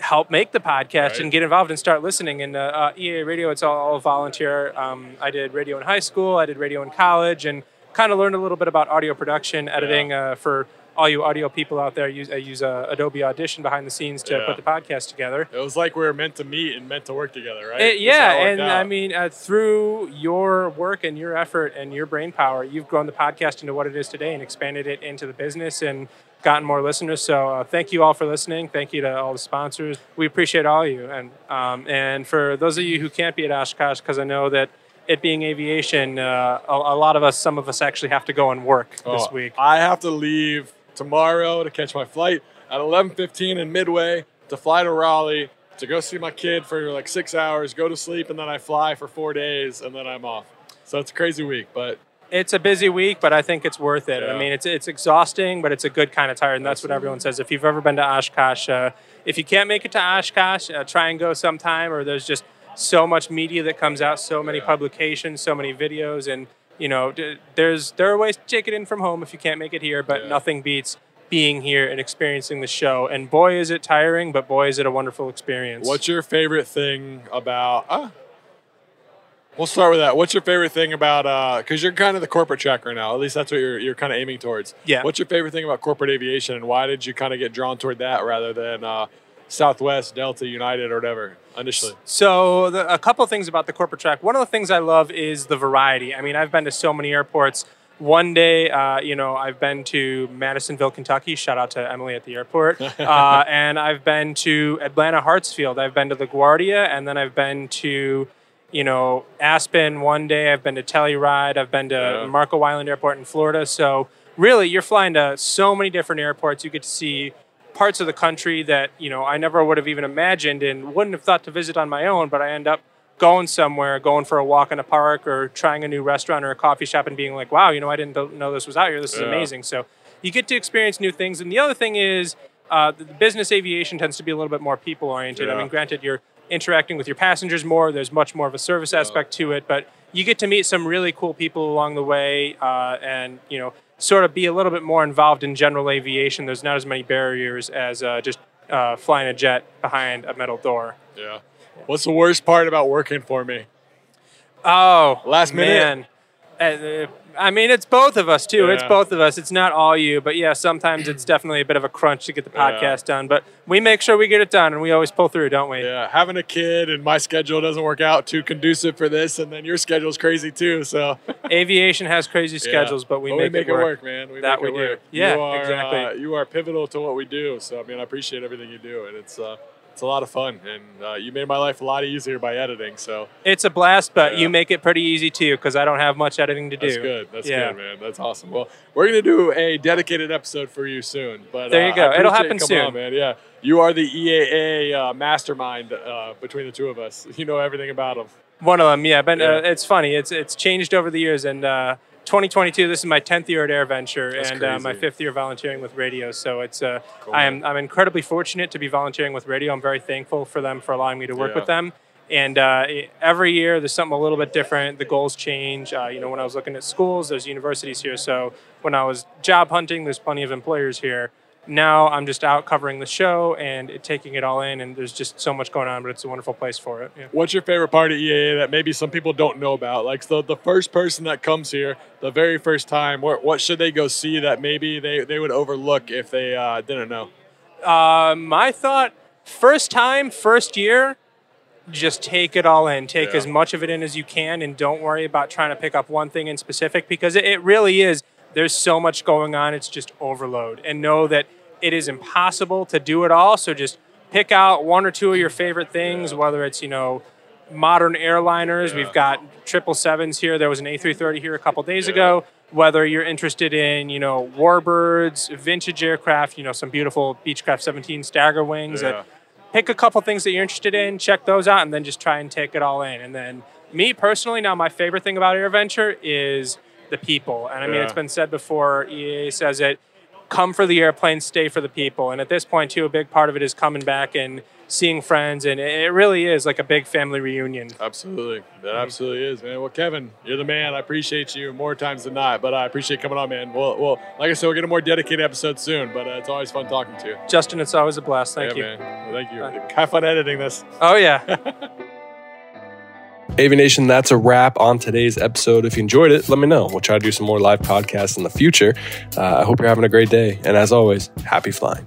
S10: help make the podcast
S3: Right.
S10: and get involved and start listening. And uh, uh, EA Radio, it's all, all volunteer. Um, I did radio in high school, I did radio in college, and kind of learned a little bit about audio production, editing uh, for all you audio people out there. I use, I use uh, Adobe Audition behind the scenes to
S3: Yeah.
S10: put the podcast together.
S3: It was like we were meant to meet and meant to work together, right?
S10: It-
S3: That's
S10: yeah,
S3: how it worked
S10: and
S3: out.
S10: I mean, uh, through your work and your effort and your brain power, you've grown the podcast into what it is today and expanded it into the business and gotten more listeners. So uh, thank you all for listening. Thank you to all the sponsors. We appreciate all you. And um, and for those of you who can't be at Oshkosh, because I know that it being aviation, uh, a, a lot of us, some of us actually have to go and work this
S3: Oh,
S10: week.
S3: I have to leave tomorrow to catch my flight at 11:15 in Midway to fly to Raleigh to go see my kid for like six hours, go to sleep, and then I fly for four days, and then I'm off. So it's a crazy week, but
S10: it's a busy week, but I think it's worth it.
S3: Yeah.
S10: I mean, it's it's exhausting, but it's a good kind of tired, and that's what everyone says. If you've ever been to Oshkosh, uh, if you can't make it to Oshkosh, uh, try and go sometime. Or there's just so much media that comes out, so many publications, so many videos, and you know, d- there's there are ways to take it in from home if you can't make it here, but
S3: Yeah.
S10: nothing beats being here and experiencing the show. And boy, is it tiring, but boy, is it a wonderful experience.
S3: What's your favorite thing about? Uh, we'll start with that. What's your favorite thing about? Because you're kind of the corporate track right now. At least that's what you're you're kind of aiming towards.
S10: Yeah.
S3: What's your favorite thing about corporate aviation, and why did you kind of get drawn toward that rather than uh, Southwest, Delta, United, or whatever initially?
S10: So, the, a couple things about the corporate track. One of the things I love is the variety. I mean, I've been to so many airports. One day, uh, you know, I've been to Madisonville, Kentucky. Shout out to Emily at the airport. Uh, and I've been to Atlanta Hartsfield. I've been to LaGuardia, and then I've been to, you know, Aspen one day. I've been to Telluride. I've been to
S3: Yeah.
S10: Marco Island Airport in Florida. So, really, you're flying to so many different airports. You get to see parts of the country that you know I never would have even imagined and wouldn't have thought to visit on my own, but I end up going somewhere, going for a walk in a park or trying a new restaurant or a coffee shop and being like, wow, you know, I didn't know this was out here. This is
S3: Yeah.
S10: amazing. So you get to experience new things. And the other thing is uh, the the business aviation tends to be a little bit more people oriented. I
S3: Yeah.
S10: mean, granted, you're interacting with your passengers more. There's much more of a service aspect to it, but you get to meet some really cool people along the way, uh, and you know, sort of be a little bit more involved in general aviation. There's not as many barriers as uh, just uh, flying a jet behind a metal door.
S3: Yeah. What's the worst part about working for me?
S10: Oh,
S3: Last
S10: man.
S3: minute.
S10: Uh, I mean, it's both of us too. It's
S3: Yeah.
S10: both of us. It's not all you, but yeah, sometimes it's definitely a bit of a crunch to get the podcast done. But we make sure we get it done, and we always pull through, don't we?
S3: Yeah, having a kid and my schedule doesn't work out too conducive for this, and then your schedule's crazy too. So [laughs]
S10: Aviation has crazy
S3: Yeah.
S10: schedules, but we, make, it work.
S3: man. We
S10: That
S3: make
S10: we
S3: it
S10: do.
S3: work.
S10: Yeah,
S3: you are,
S10: exactly.
S3: uh, you are pivotal to what we do. So I mean, I appreciate everything you do, and it's uh, it's a lot of fun. And uh, you made my life a lot easier by editing. So
S10: It's a blast, but
S3: Yeah.
S10: you make it pretty easy too, because I don't have much editing to do.
S3: that's good. That's
S10: Yeah.
S3: good, man. That's awesome. Well, we're gonna do a dedicated episode for you soon. But
S10: There you
S3: uh, I
S10: go. It'll
S3: appreciate you
S10: happen
S3: coming
S10: soon.
S3: on, man. Yeah, you are the EAA uh, mastermind uh, between the two of us. [laughs] You know everything about them.
S10: One of them, yeah. But
S3: Yeah.
S10: Uh, it's funny. It's it's changed over the years, and uh, 2022. This is my 10th year at Air Venture,
S3: That's
S10: and uh,
S3: crazy.
S10: my fifth year volunteering with radio. So it's uh, I am I'm incredibly fortunate to be volunteering with radio. I'm very thankful for them for allowing me to work
S3: Yeah.
S10: with them. And uh, e- every year, there's something a little bit different. The goals change. Uh, you know, when I was looking at schools, there's universities here. So when I was job hunting, there's plenty of employers here. Now I'm just out covering the show and taking it all in, and there's just so much going on. But it's a wonderful place for it. Yeah.
S3: What's your favorite part of EAA that maybe some people don't know about? Like the, the first person that comes here, the very first time, what, what should they go see that maybe they, they would overlook if they uh, didn't know?
S10: Uh, my thought first time, first year, just take it all in. Take
S3: Yeah.
S10: as much of it in as you can and don't worry about trying to pick up one thing in specific because it, it really is. There's so much going on, it's just overload. And know that it is impossible to do it all. So just pick out one or two of your favorite things, whether it's, you know, modern airliners. We've got triple sevens here. There was an A330 here a couple days ago. Whether you're interested in, you know, warbirds, vintage aircraft, you know, some beautiful Beechcraft 17 stagger wings.
S3: Yeah.
S10: That pick a couple things that you're interested in, check those out, and then just try and take it all in. And then me personally, now my favorite thing about AirVenture is the people. And I mean,
S3: Yeah.
S10: it's been said before. EA says it come for the airplane, stay for the people. And at this point, too, a big part of it is coming back and seeing friends. And it it really is like a big family reunion.
S3: Absolutely. That absolutely is, man. Well, Kevin, you're the man. I appreciate you more times than not, but I appreciate coming on, man. Well, well like I said, we'll get a more dedicated episode soon, but uh, it's always fun talking to you.
S10: Justin, it's always a blast. Thank
S3: yeah,
S10: you.
S3: man. Well, thank you. Have fun editing this.
S10: Oh, yeah.
S1: Aviation, that's a wrap on today's episode. If you enjoyed it, let me know. We'll try to do some more live podcasts in the future. Uh, I hope you're having a great day. And as always, happy flying.